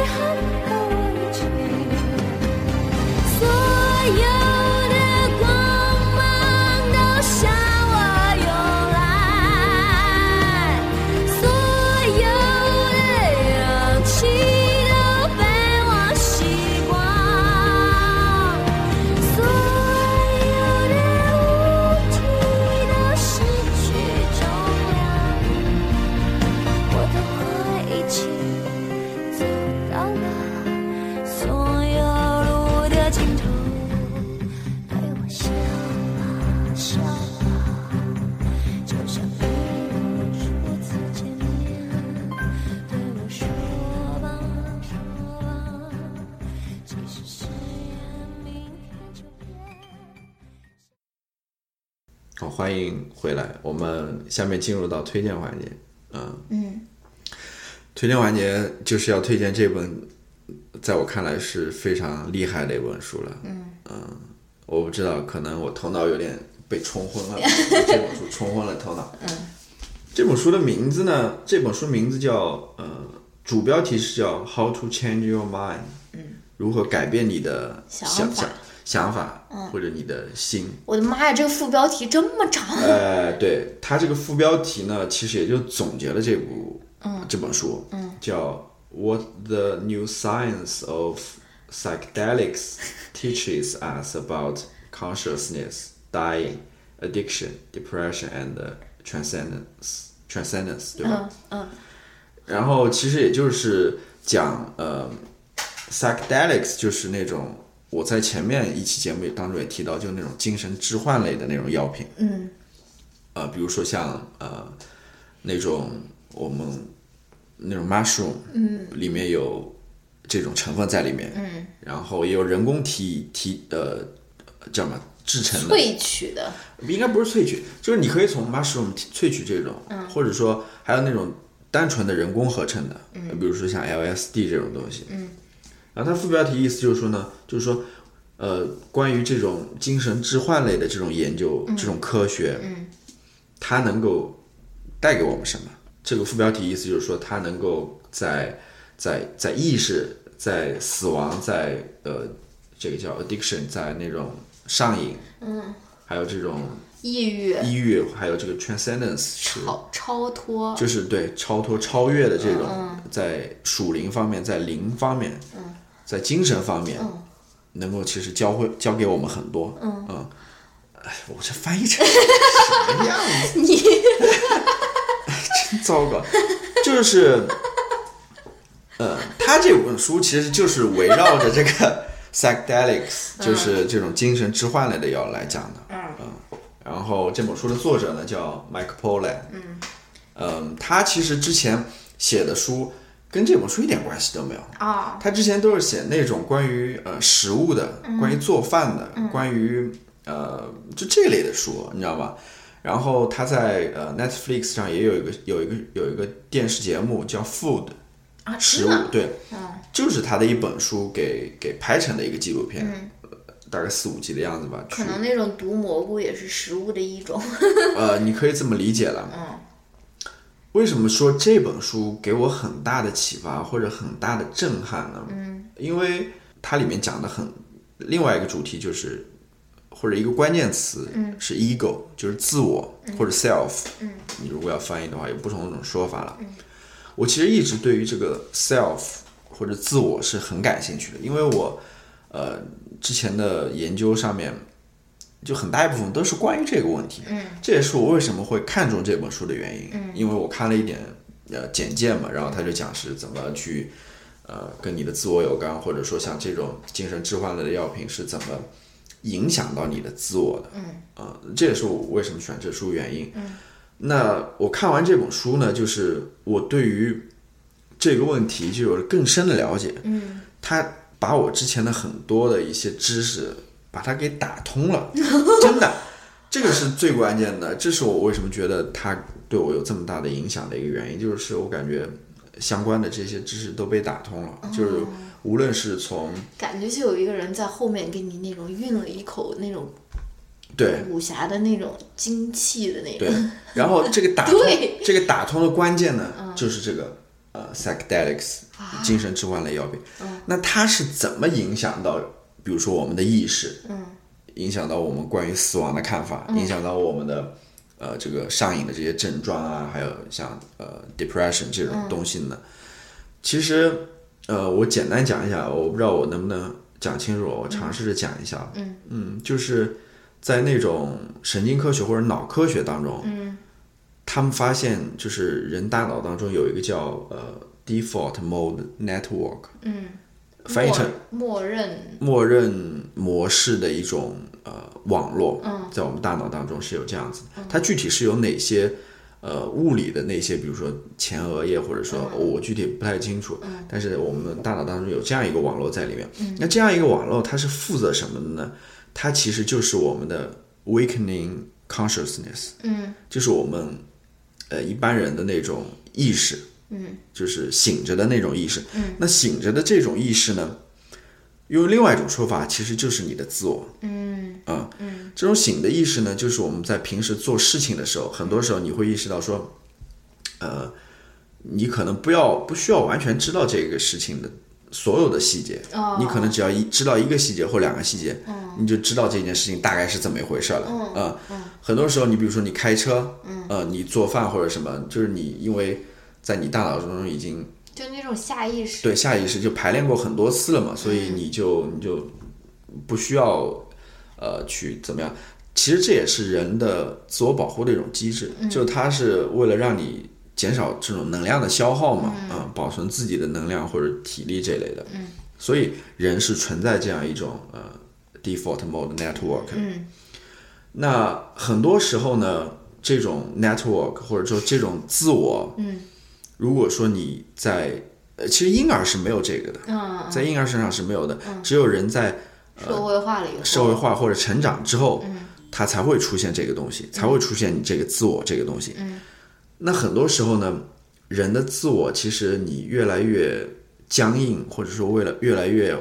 后和我一起。所有的光芒都向我涌来，所有的氧气都被我吸光，所有的物体都失去重量，我都会一起走到老。所有路的尽头，对我笑吧笑吧，就像你我初次见面，对我说吧说吧，即使誓言明天就变。
好，欢迎回来。我们下面进入到推荐环节。嗯
嗯，
推荐环节就是要推荐这本，在我看来是非常厉害的一本书了。嗯我不知道，可能我头脑有点被冲昏了，这本书冲昏了头脑。 嗯，这本书的名字呢？这本书名字叫呃，主标题是叫《How to Change Your Mind》，嗯，如何改变你的
想
想嗯
法
想想法、或者你的心。
我的妈呀，这个副标题这么长，
呃，对，它这个副标题呢，其实也就总结了这部嗯这本书，嗯，叫《What the New Science of Psychedelics Teaches Us About Consciousness, Dying, Addiction, Depression and Transcendence》，Transcendence 对吧？嗯。然后其实也就是讲呃，psychedelics 就是那种我在前面一期节目当中也提到，就是那种精神置换类的那种药品。嗯。呃，比如说像呃那种我们那种 mushroom，嗯，里面有这种成分在里面，嗯，然后也有人工提提呃叫什么制成的，
萃取的，
应该不是萃取，就是你可以从 mushroom 萃取这种，或者说还有那种单纯的人工合成的，比如说像 LSD 这种东西。嗯，然后它副标题意思就是说呢，就是说，呃，关于这种精神置换类的这种研究，这种科学，嗯，它能够带给我们什么？这个副标题意思就是说，它能够在在在意识、在死亡、在呃这个叫 addiction，在那种上瘾，嗯，还有这种
抑郁、
抑郁，还有这个 transcendence 是
超超脱，
就是对超脱、超越的这种，在属灵方面，在灵方面，在精神方面，能够其实教会教给我们很多。嗯，哎，我这翻译成什么样子？ 你真糟糕，就是，呃，他这本书其实就是围绕着这个 psychedelics，就是这种精神置换类的药来讲的。嗯。然后这本书的作者呢叫 Mike Pollan，嗯，嗯，他其实之前写的书跟这本书一点关系都没有
啊。
他之前都是写那种关于呃食物的、
嗯
关于做饭的、关于呃就这类的书，你知道吧？然后他在呃 Netflix 上也有一个有一个有一个电视节目叫 Food，
啊，真
食物
的
对，就是他的一本书给给拍成的一个纪录片，呃大概四五集的样子吧。去
嗯可能那种毒蘑菇也是食物的一种。
呃，你可以这么理解了。嗯。为什么说这本书给我很大的启发或者很大的震撼呢？嗯，因为它里面讲的很另外一个主题就是，或者一个关键词是 ego，、就是自我或者 self。嗯，你如果要翻译的话，有不同种说法了。我其实一直对于这个 self 或者自我是很感兴趣的，因为我呃之前的研究上面就很大一部分都是关于这个问题。嗯，这也是我为什么会看中这本书的原因。嗯，因为我看了一点呃简介嘛，然后他就讲是怎么去呃跟你的自我有关，或者说像这种精神置换类的药品是怎么影响到你的自我的。嗯，啊、这也是我为什么选这书原因。嗯，那我看完这本书呢，就是我对于这个问题就有了更深的了解。嗯，他把我之前的很多的一些知识，把它给打通了，真的，这个是最关键的。这是我为什么觉得他对我有这么大的影响的一个原因，就是我感觉相关的这些知识都被打通了，就是无论是从
感觉就有一个人在后面给你那种运了一口那种
对
武侠的那种精气的那
对
种，，
然后这个打通
对
这个打通的关键呢，就是这个呃 psychedelics 精神置换类药品。那它是怎么影响到，比如说我们的意识，影响到我们关于死亡的看法，影响到我们的呃这个上瘾的这些症状啊，还有像呃 depression 这种东西呢？其实呃，我简单讲一下，我不知道我能不能讲清楚，我尝试着讲一下。嗯嗯，就是在那种神经科学或者脑科学当中，嗯，他们发现就是人大脑当中有一个叫呃 default mode network，嗯，翻译成
默默认
默认模式的一种呃网络，在我们大脑当中是有这样子的。它具体是有哪些呃物理的那些，比如说前额叶，或者说、我具体不太清楚，但是我们大脑当中有这样一个网络在里面。那这样一个网络它是负责什么的呢？它其实就是我们的 wakening consciousness，嗯，就是我们呃一般人的那种意识，嗯，就是醒着的那种意识。嗯，那醒着的这种意识呢？用另外一种说法，其实就是你的自我。
嗯
啊，嗯，这种醒的意识呢，就是我们在平时做事情的时候，很多时候你会意识到说，呃，你可能不要不需要完全知道这个事情的所有的细节，
哦
你可能只要一知道一个细节或两个细节，你就知道这件事情大概是怎么一回事了。啊、很多时候你比如说你开车，呃，你做饭或者什么，就是你因为在你大脑中已经
就那种下意识。
对下意识就排练过很多次了嘛，所以你就你就不需要呃去怎么样。其实这也是人的自我保护的一种机制，就它是为了让你减少这种能量的消耗嘛，嗯、保存自己的能量或者体力这类的。嗯，所以人是存在这样一种呃 default mode network。嗯，那很多时候呢，这种 network 或者说这种自我，嗯，如果说你在呃，其实婴儿是没有这个的，
嗯，
在婴儿身上是没有的，只有人在
社会化了以后。
社会。化或者成长之后，他才会出现这个东西，才会出现你这个自我这个东西。那很多时候呢，人的自我其实你越来越僵硬，或者说为了越来越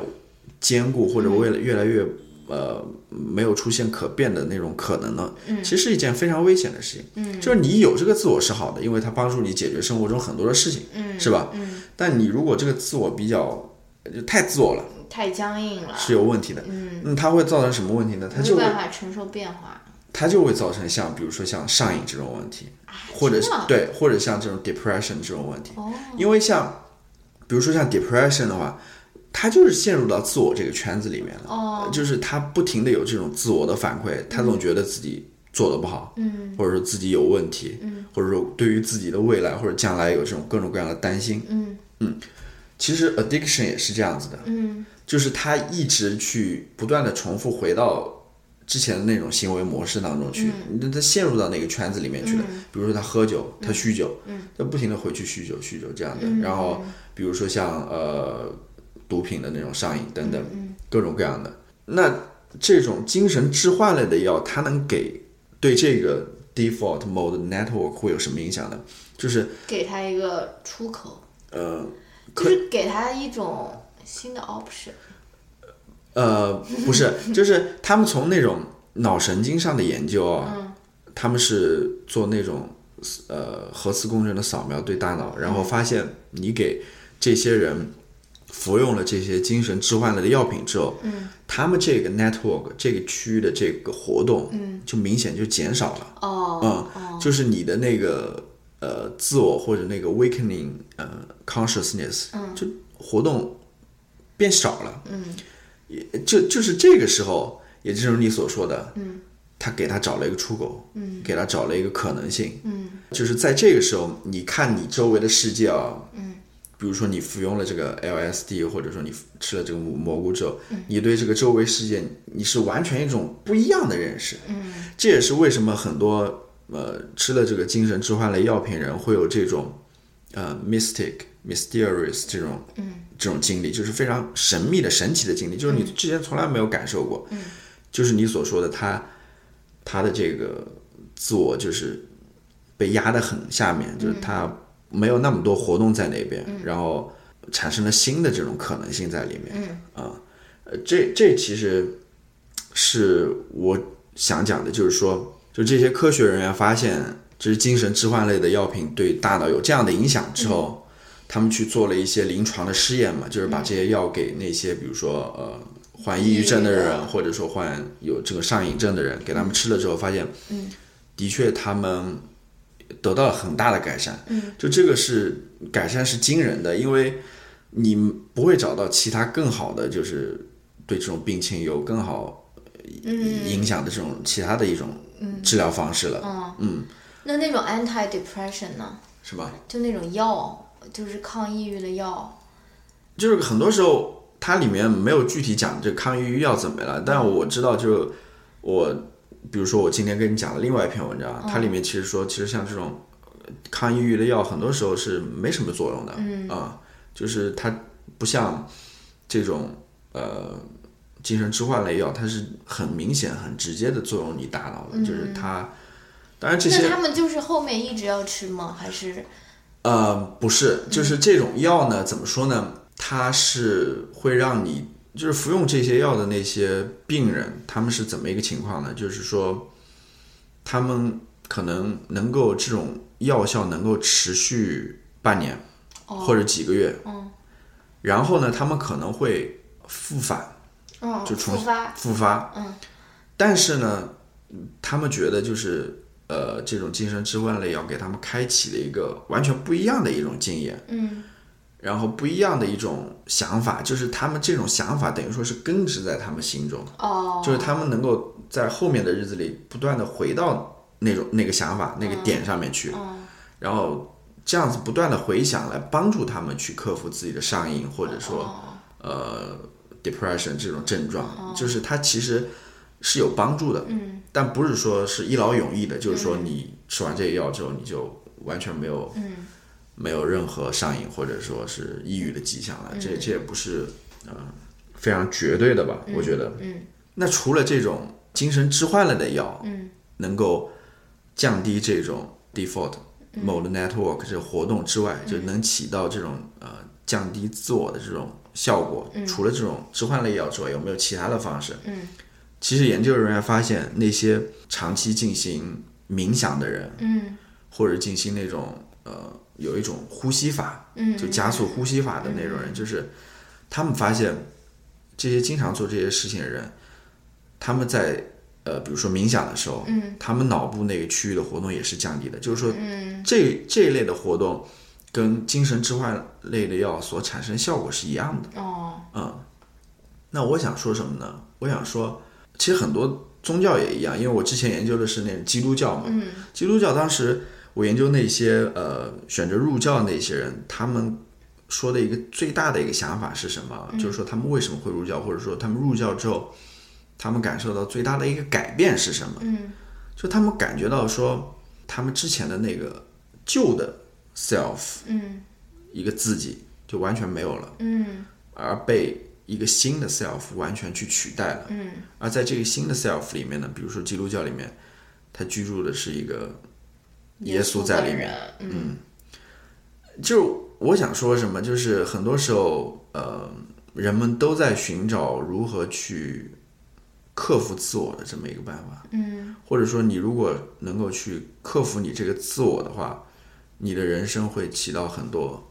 坚固，或者为了越来越呃没有出现可变的那种可能呢，其实是一件非常危险的事情。嗯，就是你有这个自我是好的，因为它帮助你解决生活中很多的事情，嗯，是吧？嗯，但你如果这个自我比较就太自我了，
太僵硬了，
是有问题的。嗯，那它会造成什么问题呢？它
没有
就会
办法承受变化。
它就会造成像比如说像上瘾这种问题，或者是
真的啊
对，或者像这种 depression 这种问题，
哦，
因为像比如说像 depression 的话，它就是陷入到自我这个圈子里面了，
哦
就是他不停的有这种自我的反馈，他总觉得自己做的不好，
嗯，
或者说自己有问题，嗯，或者说对于自己的未来或者将来有这种各种各样的担心，
嗯
其实 addiction 也是这样子的，
嗯
就是他一直去不断的重复回到之前的那种行为模式当中去，那、他陷入到那个圈子里面去了。比如说他喝酒，他酗酒，他不停的回去酗酒、酗酒这样的。然后比如说像呃毒品的那种上瘾等等，各种各样的。那这种精神置换类的药，它能给对这个 default mode network 会有什么影响呢？就是
给他一个出口，
呃
就是给他一种新的 option。
呃，不是，就是他们从那种脑神经上的研究啊，他们是做那种呃核磁共振的扫描对大脑，然后发现你给这些人服用了这些精神置换类的药品之后，他们这个 network 这个区域的这个活动，就明显就减少了。
哦，
嗯，就是你的那个呃自我或者那个 awakening 呃 consciousness，就活动变少了，嗯，也就就是这个时候，也正如你所说的，嗯，他给他找了一个出口，嗯，给他找了一个可能性，嗯，就是在这个时候，你看你周围的世界啊，嗯。比如说你服用了这个 LSD，或者说你吃了这个蘑菇之后，你对这个周围世界你是完全一种不一样的认识。嗯，这也是为什么很多呃吃了这个精神置换类药品人会有这种呃 mystic、mysterious 这种这种经历，就是非常神秘的、神奇的经历，就是你之前从来没有感受过。就是你所说的他他的这个自我就是被压得很下面，就是他没有那么多活动在那边，然后产生了新的这种可能性在里面。嗯呃，这这其实是我想讲的，就是说，就这些科学人员发现，就是精神置换类的药品对大脑有这样的影响之后。他们去做了一些临床的试验嘛，就是把这些药给那些，比如说呃患嗯抑郁症的
抑郁
人
的，
或者说患有这个上瘾症的人，给他们吃了之后，发现，的确他们得到了很大的改善，嗯，就这个是改善是惊人的，因为你不会找到其他更好的，就是对这种病情有更好呃影响的这种其他的一种治疗方式了，
那那种 anti depression 呢？
是吧？
就那种药，就是抗抑郁的药。
就是很多时候它里面没有具体讲这抗抑郁药怎么了，但我知道就我，比如说我今天跟你讲的另外一篇文章，它里面其实说，其实像这种呃抗抑郁的药，很多时候是没什么作用的，嗯啊，就是它不像这种呃精神置换类药，它是很明显、很直接的作用你大脑的，就是它。当然，这些
那他们就是后面一直要吃吗？还是
呃，不是，就是这种药呢，怎么说呢？它是会让你就是服用这些药的那些病人，他们是怎么一个情况呢？就是说，他们可能能够这种药效能够持续半年或者几个月，
嗯
然后呢，他们可能会复返，
嗯，
就重
复发，
复发。
嗯，
但是呢，他们觉得就是呃，这种精神置换类药给他们开启了一个完全不一样的一种经验，
嗯
然后不一样的一种想法，就是他们这种想法等于说是根植在他们心中，
哦，
就是他们能够在后面的日子里不断的回到那种那个想法那个点上面去，
嗯
然后这样子不断的回想来帮助他们去克服自己的上瘾，或
哦
者说、呃 depression 这种症状，就是它其实是有帮助的，
哦嗯
但不是说是一劳永逸的，就是说你吃完这个药之后你就完全没有
嗯
没有任何上瘾或者说是抑郁的迹象了，
嗯
这这也不是呃非常绝对的吧，我觉得。
嗯
那除了这种精神置换类的药，
嗯，
能够降低这种 default
嗯
mode network 这个活动之外，就能起到这种呃降低自我的这种效果。除了这种置换类药之外，有没有其他的方式？
嗯，
其实研究人员发现，那些长期进行冥想的人，
嗯
或者进行那种呃有一种呼吸法，
嗯，
就加速呼吸法的那种人，就是他们发现这些经常做这些事情的人，他们在呃比如说冥想的时候，
嗯
他们脑部那个区域的活动也是降低的，就是说
嗯
这这一类的活动跟精神置换类的药所产生效果是一样的。
哦
嗯，那我想说什么呢？我想说，其实很多宗教也一样，因为我之前研究的是那个基督教嘛，
嗯
基督教当时我研究那些呃选择入教那些人，他们说的一个最大的一个想法是什么？就是说他们为什么会入教，或者说他们入教之后，他们感受到最大的一个改变是什么？
嗯
就他们感觉到说，他们之前的那个旧的 self
嗯
一个自己就完全没有了，
嗯
而被一个新的 self 完全去取代了。
嗯
而在这个新的 self 里面呢，比如说基督教里面，他居住的是一个耶稣在里面。
嗯
就我想说什么，就是很多时候，呃，人们都在寻找如何去克服自我的这么一个办法，
嗯
或者说你如果能够去克服你这个自我的话，你的人生会起到很多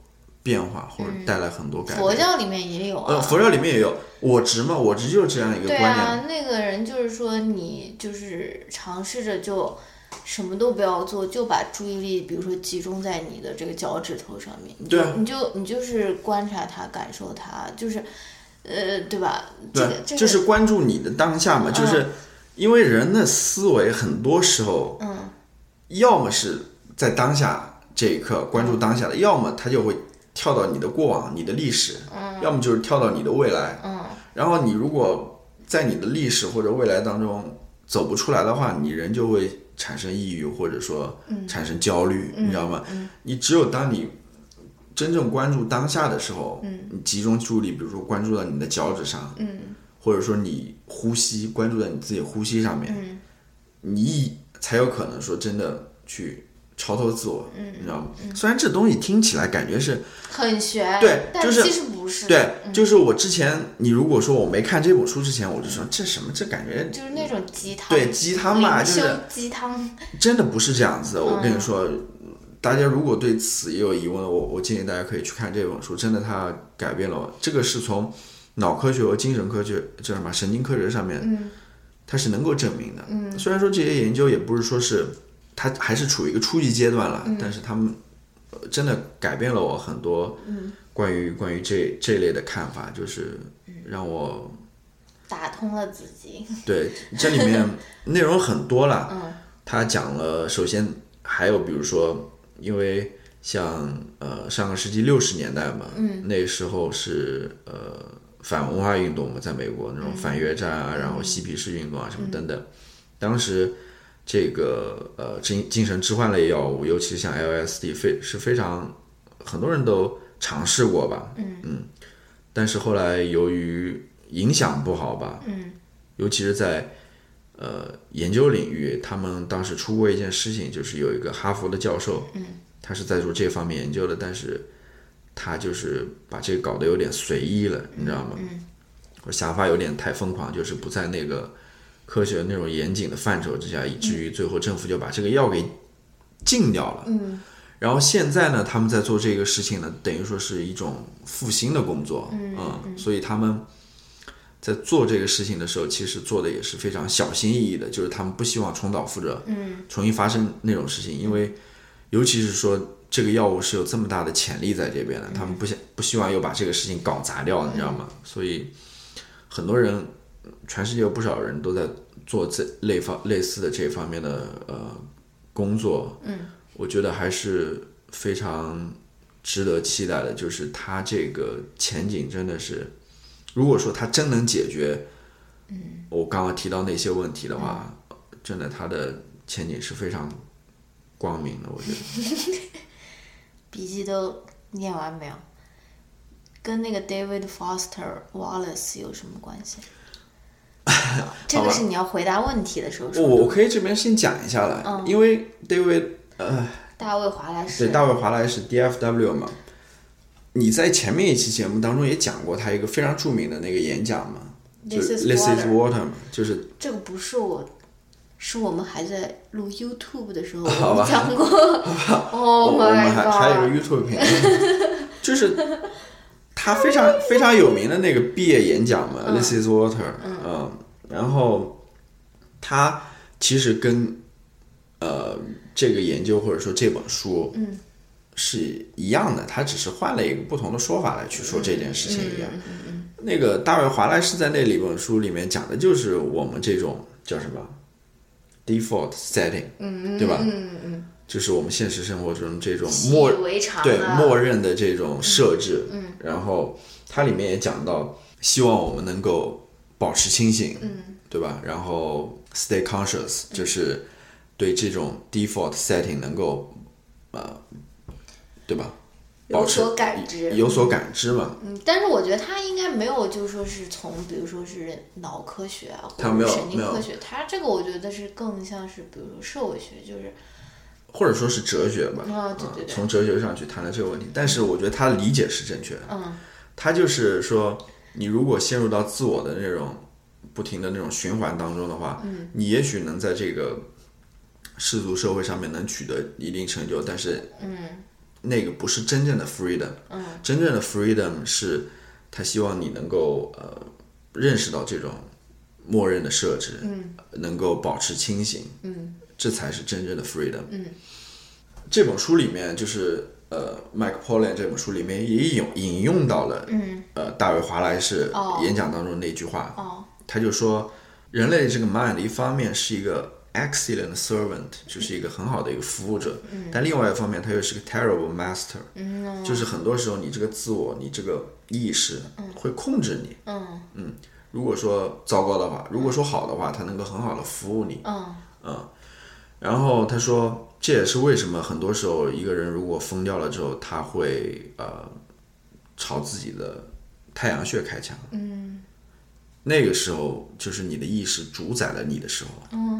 变化，或者带来很多改变。
嗯佛教里面也有啊，
呃，佛教里面也有我执嘛，我执就是这样一个
对
观念。
啊，那个人就是说，你就是尝试着就什么都不要做，就把注意力，比如说集中在你的这个脚趾头上面，你就
对啊
你就你就是观察它，感受它，就是，呃，对吧？
对
这个，这个嗯
就是关注你的当下嘛，就是因为人的思维很多时候，
嗯，
要么是在当下这一刻关注当下的，要么他就会跳到你的过往、你的历史，要么就是跳到你的未来。
嗯
然后你如果在你的历史或者未来当中走不出来的话，你人就会产生抑郁，或者说
嗯
产生焦虑，你知道吗？你只有当你真正关注当下的时候，你集中注意力，比如说关注到你的脚趾上，
嗯
或者说你呼吸，关注在你自己呼吸上面，
嗯
你才有可能说真的去超脱自我，你知道吗？虽然这东西听起来感觉是
很悬，
对
但
就是
其实不是，嗯
对，就是我之前你如果说我没看这本书之前，我就说这什么这感觉
就是那种鸡汤，
对鸡汤嘛，
灵
就
修
是
鸡汤，
真的不是这样子的。我跟你说，大家如果对此也有疑问，我我建议大家可以去看这本书，真的它改变了我。这个是从脑科学和精神科学，叫什么神经科学上面，
嗯
它是能够证明的。嗯，虽然说这些研究也不是说是它还是处于一个初级阶段了，但是他们呃真的改变了我很多关于、关于这这类的看法，就是让我
打通了自己，
对，这里 面内容很多啦。
嗯
他讲了，首先还有比如说，因为像呃上个世纪六十年代嘛，
嗯
那时候是呃反文化运动嘛，在美国那种
嗯
反越战啊，然后嬉皮士运动啊什么等等，当时。这个呃精精神置换类药物，尤其像 LSD，非是非常很多人都尝试过吧，嗯但是后来由于影响不好吧，
嗯，
尤其是在呃研究领域，他们当时出过一件事情，就是有一个哈佛的教授，嗯，他是在做这方面研究的，但是他就是把这个搞得有点随意了，你知道吗？嗯，我想法有点太疯狂，就是不在那个科学那种严谨的范畴之下，以至于最后政府就把这个药给禁掉了。
嗯
然后现在呢，他们在做这个事情呢，等于说是一种复兴的工作，嗯，所以他们在做这个事情的时候，其实做的也是非常小心翼翼的，就是他们不希望重蹈覆辙，
嗯，
重新发生那种事情，因为尤其是说这个药物是有这么大的潜力在这边的，他们不想不希望又把这个事情搞砸掉，你知道吗？所以很多人，全世界有不少人都在做这类方类似的这方面的呃工作，嗯，我觉得还是非常值得期待的，就是它这个前景真的是，如果说它真能解决，嗯，我刚刚提到那些问题的话，
嗯
真的它的前景是非常光明的，我觉得。
笔记都念完没有？跟那个 David Foster Wallace 有什么关 系？这个是你要回答问题的时候
我
说的。
我可以这边先讲一下了，
嗯
因为 David 呃，
大卫华莱士
对，大卫华莱士 DFW 嘛，你在前面一期节目当中也讲过他一个非常著名的那个演讲嘛，就
This is
This is
water
water 嘛，就是
这个不是我，是我们还在录 YouTube 的时候
好
我
吧
们讲过。
我
oh
我们
my
还还有
god！
一个 YouTube 频道，就是他非常非常有名的那个毕业演讲嘛、t h i s is water，嗯然后他其实跟呃这个研究或者说这本书，嗯，是一样的，他只是换了一个不同的说法来去说这件事情一样。那个大卫华莱士在那里本书里面讲的就是我们这种叫什么 default setting，嗯，对吧？就是我们现实生活中这种
习
默
以为啊常
对
了
默认的这种设置。嗯，然后它里面也讲到，希望我们能够保持清醒，嗯，对吧？然后 stay conscious，、就是
嗯
对这种 default setting 能够呃，对吧？
有
保持
所感知
有所感知嘛？
嗯，但是我觉得他应该没有，就是说是从比如说是脑科学啊，或
他没
者
有
神经
没有
科学，他这个我觉得是更像是比如说社会学，就是
或者说是哲学吧，
啊对对对
从哲学上去谈论这个问题，但是我觉得他理解是正确的，
嗯
他就是说，你如果陷入到自我的那种不停的那种循环当中的话，
嗯
你也许能在这个世俗社会上面能取得一定成就，但是，嗯，那个不是真正的 freedom，嗯，真正的 freedom 是他希望你能够呃认识到这种默认的设置，嗯，能够保持清醒，嗯，这才是真正的 freedom，嗯。这本书里面就是呃，Mike Pollan 这本书里面也有引用到了，嗯，呃，大卫华莱士
哦
演讲当中那句话，
哦
他就说，人类这个 mind 一方面是一个 excellent servant，就是一个很好的一个服务者，
嗯
但另外一方面他又是个 terrible master，、就是
哦
很多时候你这个自我，你这个意识会控制你，
嗯
如果说糟糕的话，如果说好的话，它能够很好的服务你，
嗯
然后他说，这也是为什么很多时候一个人如果疯掉了之后，他会呃朝自己的太阳穴开枪。嗯，那个时候就是你的意识主宰了你的时候。嗯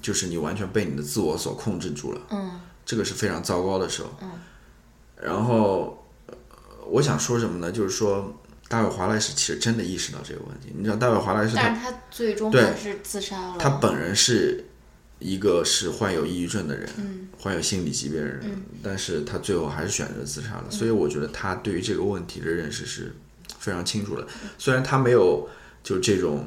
就是你完全被你的自我所控制住了。
嗯，
这个是非常糟糕的时候。嗯，然后呃我想说什么呢？就是说。大卫·华莱士其实真的意识到这个问题。你知道，大卫·华莱士他
但是他最终
对
还是自杀了。
他本人是一个是患有抑郁症的人，
嗯
患有心理疾病的人，但是他最后还是选择自杀
嗯
了。所以我觉得他对于这个问题的认识是非常清楚的。
嗯
虽然他没有就这种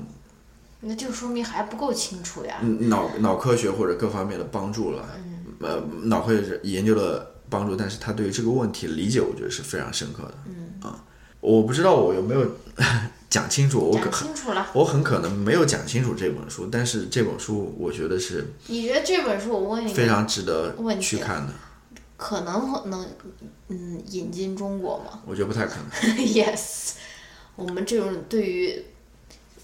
那就说明还不够清楚呀。
嗯脑脑科学或者各方面的帮助了，
嗯
呃，脑科学研究的帮助，但是他对于这个问题的理解，我觉得是非常深刻的。嗯啊，我不知道我有没有讲清楚，我可
讲清楚了，
我很可能没有讲清楚这本书，但是这本书我觉得是。
你觉得这本书我问你
非
个，
常值得
嗯问
去
题
看的，
可能能嗯引进中国吗
我觉得不太可能。
？Yes，我们这种对于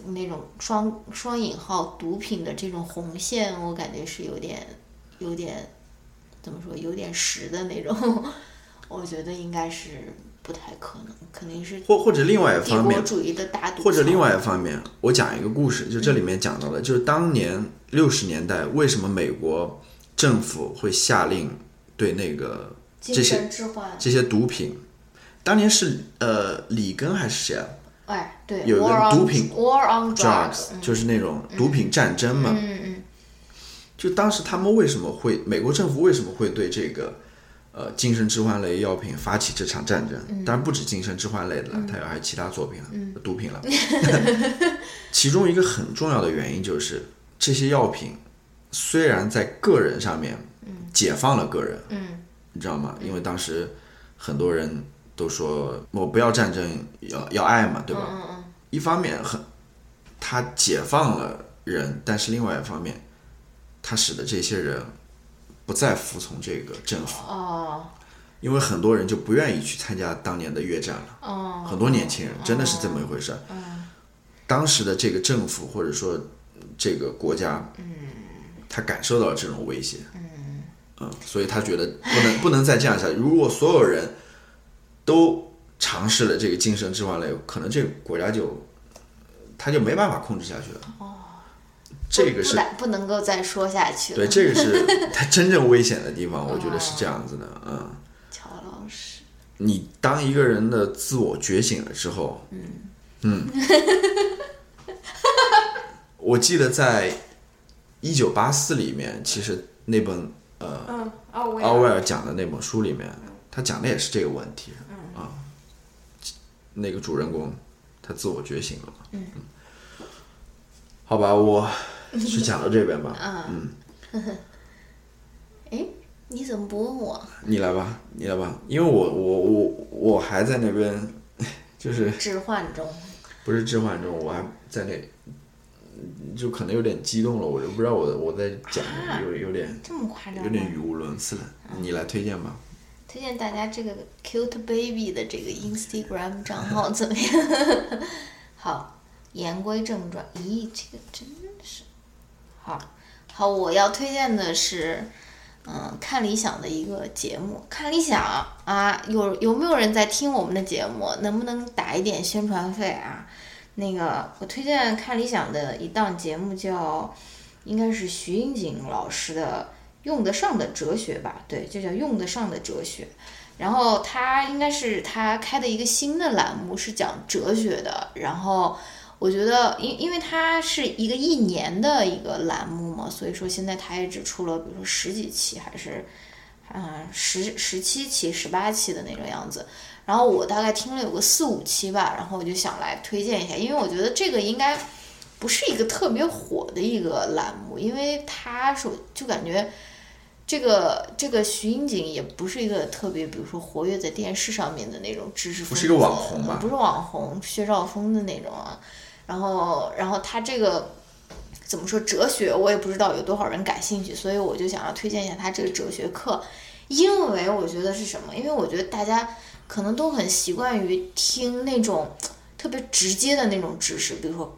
那种双双引号毒品的这种红线，我感觉是有点有点怎么说，有点实的那种， 我觉得应该是不太可能，肯定是
或或者另外一
帝
方
国
面，
主义的大毒，
或者另外一方面，我讲一个故事，就这里面讲到的，就是当年六十年代为什么美国政府会下令对那个
精
这些
神置换
这些毒品，当年是呃里根还是谁啊？
哎，对，
有一个
war on,
毒品
war on drugs，
drugs 就是那种毒品战争嘛。
嗯嗯，
就当时他们为什么会，美国政府为什么会对这个呃精神致幻类药品发起这场战争？当然不止精神致幻类的了，它有还有其他作品了，毒品 了。其中一个很重要的原因就是这些药品虽然在个人上面解放了个人，嗯，你知道吗？因为当时很多人都说我不要战争，要要爱嘛，对吧？嗯嗯一方面很，它解放了人，但是另外一方面。它使得这些人不再服从这个政府，
哦
因为很多人就不愿意去参加当年的越战了。
哦，
很多年轻人真的是这么一回事。当时的这个政府或者说这个国家，他感受到了这种威胁，嗯，所以他觉得不能不能再这样下去。如果所有人都尝试了这个精神置换类，可能这个国家就他就没办法控制下去了。哦，这个
不
是
能不能够再说下去了。
对，这个是它真正危险的地方，我觉得是这样子的。嗯，
乔老师，
你当一个人的自我觉醒了之后，嗯我记得在《一九八四》里面，其实那本呃
嗯，哦，我也
奥威尔讲的那本书里面，他讲的也是这个问题。啊、那个主人公他自我觉醒了嘛。嗯，好吧，我就讲到这 边吧。嗯，
哎，你怎么不问我？
你来吧，你来吧，因为我我我我还在那边， 就是
置换中，
不是置换中，我还在那，就可能有点激动了，我就不知道我我在讲什么，有有点
这么夸张
有点
吗？
语无伦次了。
啊
你来推荐吧，
推荐大家这个 cute baby 的这个 Instagram 账号怎么样？ 好，言归正传，咦，这个真是好好，我要推荐的是。嗯，看理想的一个节目，看理想啊，有有没有人在听我们的节目？能不能打一点宣传费啊？那个，我推荐看理想的一档节目叫，应该是徐英锦老师的《用得上的哲学》吧？对，就叫《用得上的哲学》。然后他应该是他开的一个新的栏目，是讲哲学的。然后我觉得因，因为它是一个一年的一个栏目嘛，所以说现在它也只出了，比如说十几期还是，嗯、十十七期、十八期的那种样子。然后我大概听了有个四五期吧，然后我就想来推荐一下，因为我觉得这个应该不是一个特别火的一个栏目，因为它首就感觉。这个这个徐英锦也不是一个特别，比如说活跃在电视上面的那种知识分子，
不
呃
是一个网红吧
不是网红，薛兆丰的那种啊。然后，然后他这个怎么说哲学，我也不知道有多少人感兴趣，所以我就想要推荐一下他这个哲学课，因为我觉得是什么？因为我觉得大家可能都很习惯于听那种特别直接的那种知识，比如说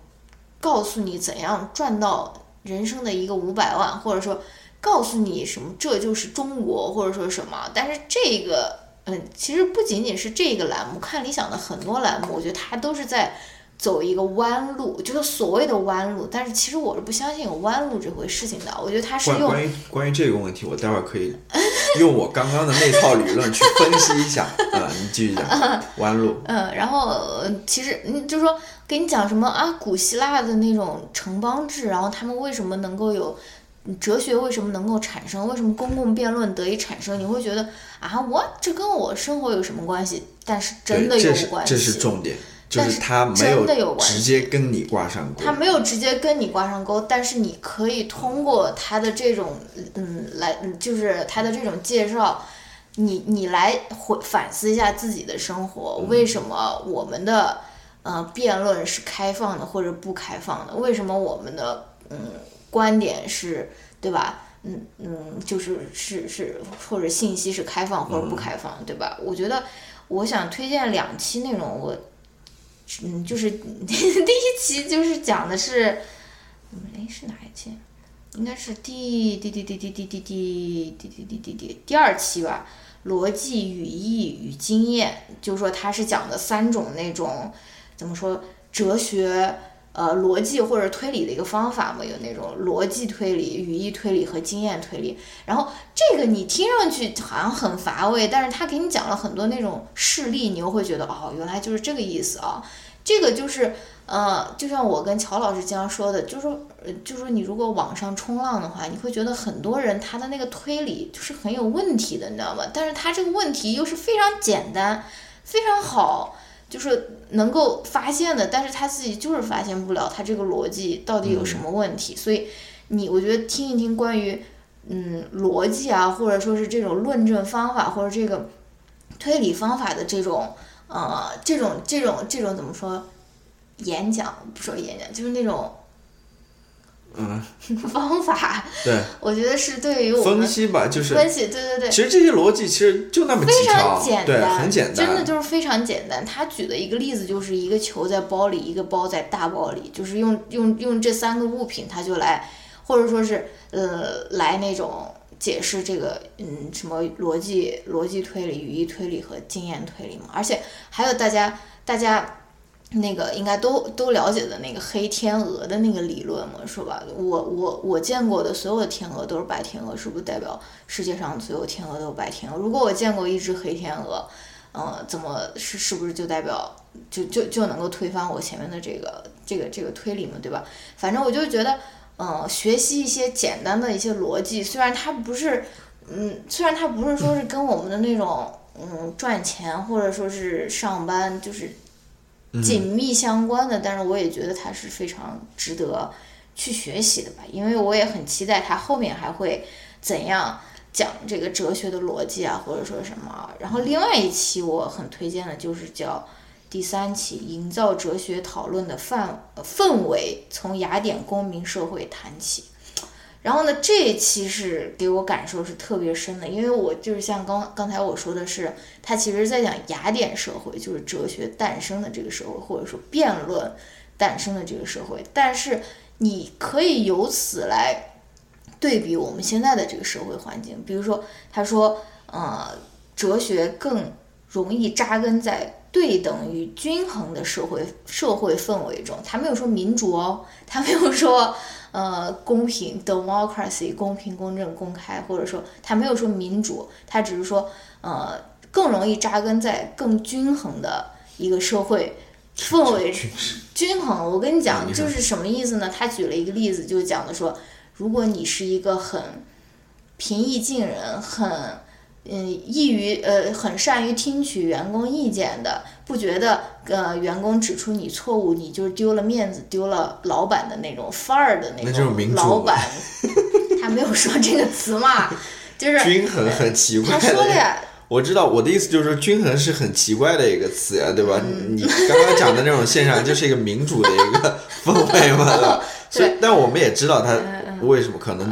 告诉你怎样赚到人生的一个五百万，或者说告诉你什么这就是中国，或者说什么。但是这个，嗯，其实不仅仅是这个栏目，看理想的很多栏目，我觉得它都是在走一个弯路，就是所谓的弯路。但是其实我是不相信有弯路这回事情的，我觉得啊它是
关
用
关于关于这个问题，我待会儿可 以用我刚刚的那套理论去分析一下。啊，你继续讲，弯路。
嗯，然后呃其实嗯，就是说给你讲什么啊，古希腊的那种城邦制，然后他们为什么能够有嗯哲学，为什么能够产生，为什么公共辩论得以产生，你会觉得啊，我这跟我生活有什么关系？但是真的
对
有
这是
关系，
这是重点，就
但
是
是
他没
真的有关系
直接跟你挂上钩。
他没有直接跟你挂上钩，但是你可以通过他的这种嗯来，嗯就是他的这种介绍，你你来回反思一下自己的生
嗯
活，为什么我们的呃辩论是开放的或者不开放的？为什么我们的嗯观点是对吧？嗯嗯，就是是是，或者信息是开放或者不开放，对吧？我觉得我想推荐两期那种我嗯，就是 第一期就是讲的是，嗯，哎，是哪一期？应该是第第第第第第第第第第第第第第二期吧，逻辑、语义与经验，就是说它是讲的三种那种怎么说哲学呃逻辑或者推理的一个方法嘛，有那种逻辑推理、语义推理和经验推理。然后这个你听上去好像很乏味，但是他给你讲了很多那种事例，你又会觉得哦，原来就是这个意思啊。这个就是呃，就像我跟乔老师经常说的，就是说呃就是说你如果网上冲浪的话，你会觉得很多人他的那个推理就是很有问题的，你知道吗？但是他这个问题又是非常简单，非常好。就是能够发现的，但是他自己就是发现不了他这个逻辑到底有什么问题。所以你，我觉得听一听关于嗯逻辑啊，或者说是这种论证方法，或者这个推理方法的这种呃这种这种这种怎么说演讲不说演讲，就是那种
嗯，
方法，
对，
我觉得是对于我们
分析吧，就是
分析，对对对，
其实这些逻辑其实就那么几
非
条
常，简
对，
单，
很简单，
真的就是非常简单。他举的一个例子就是一个球在包里，一个包在大包里，就是用用用这三个物品，他就来，或者说是呃来那种解释这个嗯什么逻辑逻辑推理、语义推理和经验推理嘛。而且还有大家大家。那个应该都都了解的那个黑天鹅的那个理论嘛，是吧？我我我见过的所有的天鹅都是白天鹅，是不是代表世界上所有天鹅都是白天鹅？如果我见过一只黑天鹅，呃，怎么是是不是就代表就就就能够推翻我前面的这个这个这个推理嘛，对吧？反正我就觉得，嗯、学习一些简单的一些逻辑，虽然它不是，嗯，虽然它不是说是跟我们的那种嗯赚钱或者说是上班就是紧密相关的，但是我也觉得它是非常值得去学习的吧，因为我也很期待它后面还会怎样讲这个哲学的逻辑啊，或者说什么啊。然后另外一期我很推荐的就是叫第三期《营造哲学讨论的范呃氛围：从雅典公民社会谈起》。然后呢，这一期是给我感受是特别深的，因为我就是像刚刚才我说的是，它其实在讲雅典社会，就是哲学诞生的这个社会，或者说辩论诞生的这个社会。但是你可以由此来对比我们现在的这个社会环境，比如说他说，呃，哲学更容易扎根在对等与均衡的社会社会氛围中。他没有说民主哦， 他没有说呃公平 （democracy） 公平、公正、公开，或者说他没有说民主，他只是说呃更容易扎根在更均衡的一个社会氛围 中。均衡，我跟你讲，就是什么意思呢？他举了一个例子，就讲的说，如果你是一个很平易近人、很嗯易于呃很善于听取员工意见的，不觉得呃员工指出你错误，你就是丢了面子、丢了老板的那种范儿的
那就是民
种
主
老板， 他没有说这个词嘛， 就是
均衡很奇怪
他
的
说的呀。
我知道我的意思就是说，均衡是很奇怪的一个词呀，对吧？
嗯
你刚刚讲的那种现象，就是一个民主的一个氛围嘛，对 吧？所以，但我们也知道它
嗯
为什么可能，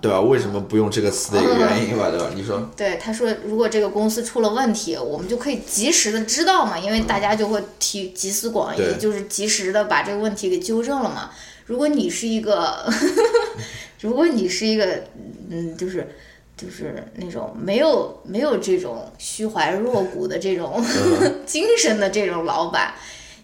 对吧？为什么不用这个词的一个原
嗯
因吧，对吧？你说，
对，他说如果这个公司出了问题，我们就可以及时的知道嘛，因为大家就会提集思广益，
对
就是及时的把这个问题给纠正了嘛。如果你是一个， 如果你是一个，嗯，就是就是那种没有没有这种虚怀若谷的这种 精神的这种老板。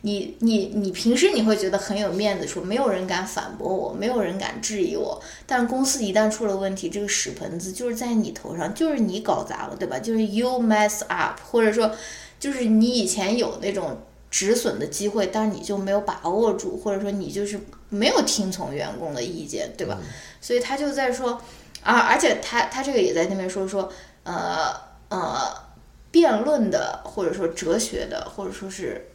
你你你平时你会觉得很有面子，说没有人敢反驳我，没有人敢质疑我。但是公司一旦出了问题，这个屎盆子就是在你头上，就是你搞砸了，对吧？就是 you mess up，或者说就是你以前有那种止损的机会，但是你就没有把握住，或者说你就是没有听从员工的意见，对吧？所以他就在说啊，而且他他这个也在那边说说呃呃辩论的，或者说哲学的，或者说是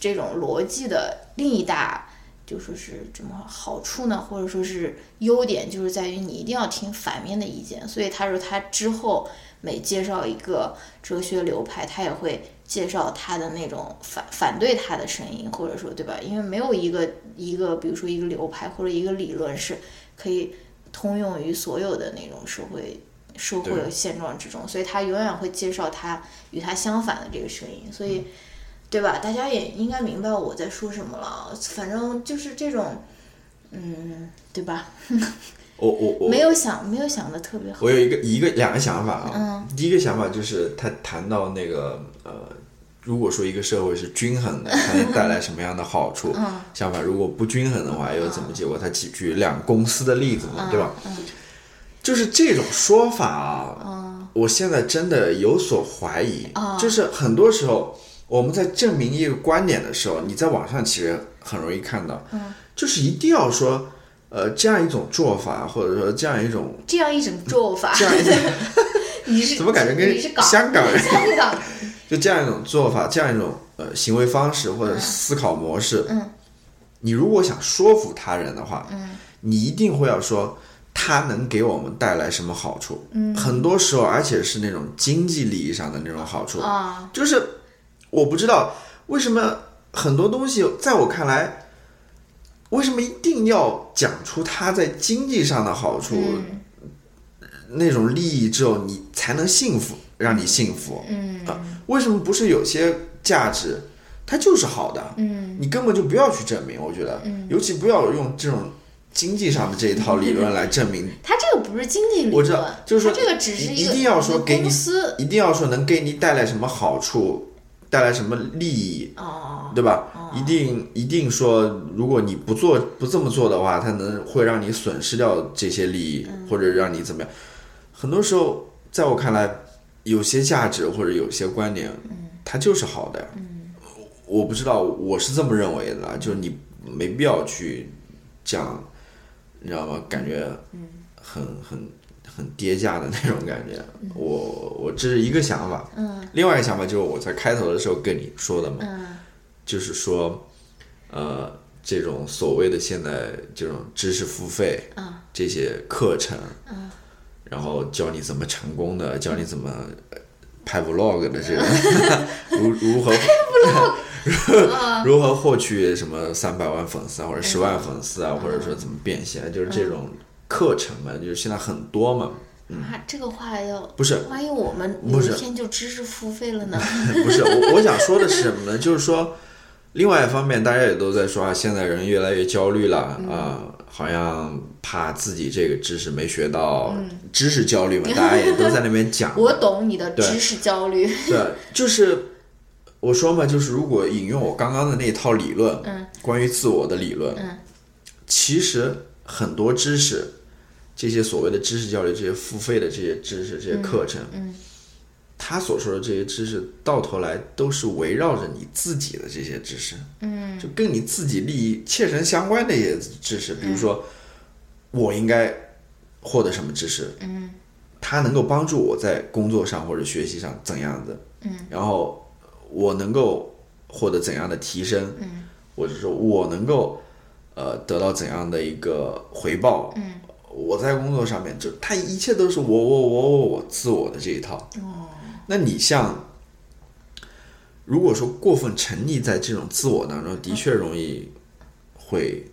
这种逻辑的另一大就说是怎么好处呢，或者说是优点，就是在于你一定要听反面的意见。所以他说他之后每介绍一个哲学流派，他也会介绍他的那种反反对他的声音，或者说对吧？因为没有一个一个比如说一个流派或者一个理论是可以通用于所有的那种社会。社会
对
现状之中，所以他永远会介绍他与他相反的这个声音，所以、对吧？大家也应该明白我在说什么了。啊反正就是这种，嗯，对吧？
我我我
没有想没有想的特别好
我。有一个一个两个想法啊。第一个想法就是他谈到那个呃，如果说一个社会是均衡的，它能带来什么样的好处？相反，如果不均衡的话，又有怎么结果？他举举两公司的例子嘛，对吧？就是这种说法啊，我现在真的有所怀疑。就是很多时候，我们在证明一个观点的时候，你在网上其实很容易看到，就是一定要说，呃，这样一种做法，或者说这样一种
这样一种做法，
这样一种，
你是
怎么感觉跟
你是港
香港人
香港
就这样一种做法，这样一种呃行为方式或者思考模式，
嗯，
你如果想说服他人的话，嗯，你一定会要说他能给我们带来什么好处，嗯，很多时候而且是那种经济利益上的那种好处，
啊，
就是我不知道为什么很多东西在我看来，为什么一定要讲出它在经济上的好处，
嗯
那种利益之后，你才能幸福，让你幸福。
嗯
啊，为什么不是有些价值它就是好的？
嗯，
你根本就不要去证明，我觉得，尤其不要用这种经济上的这一套理论来证明，
他这个不是经济理论，
我知道就是说
他这个只是
一
个
一定要说给你
公司
一定要说能给你带来什么好处，带来什么利益，
哦，
对吧？一定一定说，如果你不做不这么做的话，它能会让你损失掉这些利益，
嗯
或者让你怎么样。很多时候，在我看来，有些价值或者有些观点，
嗯
它就是好的。我我不知道，我是这么认为的
嗯
啦，就是你没必要去讲，你知道吗？感觉
嗯
很很很跌价的那种感觉。我我这是一个想法，嗯，另外一个想法就是我在开头的时候跟你说的嘛，
嗯
就是说，呃，这种所谓的现在这种知识付费，
啊
这些课程，然后教你怎么成功的，教你怎么呃拍 vlog 的这种，如如何如如何获取什么三百万粉丝啊，或者十万粉丝啊，或者说怎么变现，就是这种课程嘛，就是现在很多嘛，
啊，这个话要
嗯不是
万一我们
不
有
是
一天就知识付费了呢？。
不是我，我想说的是什么呢？就是说，另外一方面，大家也都在说啊，现在人越来越焦虑了啊、好像怕自己这个知识没学到，知识焦虑嘛，大家也都在那边讲
我懂你的
对
知识焦虑，
对，就是我说嘛，就是如果引用我刚刚的那一套理论，
嗯，
关于自我的理论，
嗯，
其实很多知识，这些所谓的知识教育，这些付费的这些知识、这些课程，
嗯嗯
他所说的这些知识，到头来都是围绕着你自己的这些知识，
嗯
就跟你自己利益切身相关的一些知识，比如说，
嗯
我应该获得什么知识，
嗯，
它能够帮助我在工作上或者学习上怎样的，
嗯，
然后我能够获得怎样的提升，
嗯，
或者说我能够呃得到怎样的一个回报，
嗯，
我在工作上面就它一切都是我我我我我自我的这一套，
哦，
那你像。如果说过分沉溺在这种自我当中，的确容易会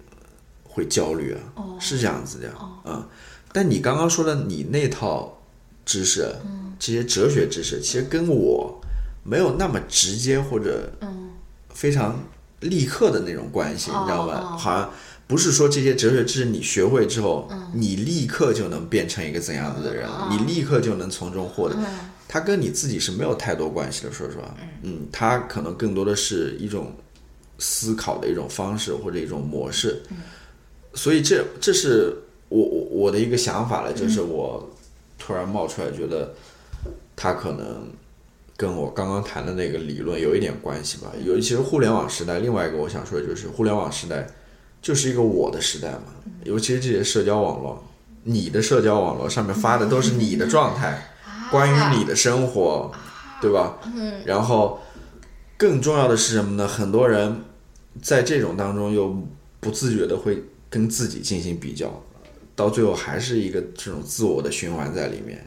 会焦虑啊，
哦
是这样子的呀，嗯。但你刚刚说的你那套知识，
嗯
这些哲学知识，其实跟我没有那么直接或者
嗯
非常立刻的那种关系，你知道
哦
吧？
哦
好像不是说这些哲学知识你学会之后，
嗯
你立刻就能变成一个怎样子的人，
哦
你立刻就能从中获得。
嗯
它跟你自己是没有太多关系的，说实话，嗯，它可能更多的是一种思考的一种方式或者一种模式，
嗯
所以这这是我我我的一个想法了，
嗯
就是我突然冒出来觉得，它可能跟我刚刚谈的那个理论有一点关系吧。尤其是互联网时代，另外一个我想说的就是，互联网时代就是一个我的时代嘛，尤其是这些社交网络，你的社交网络上面发的都是你的状态，关于你的生活，对吧？嗯。然后更重要的是什么呢？很多人在这种当中又不自觉的会跟自己进行比较。到最后还是一个这种自我的循环在里面，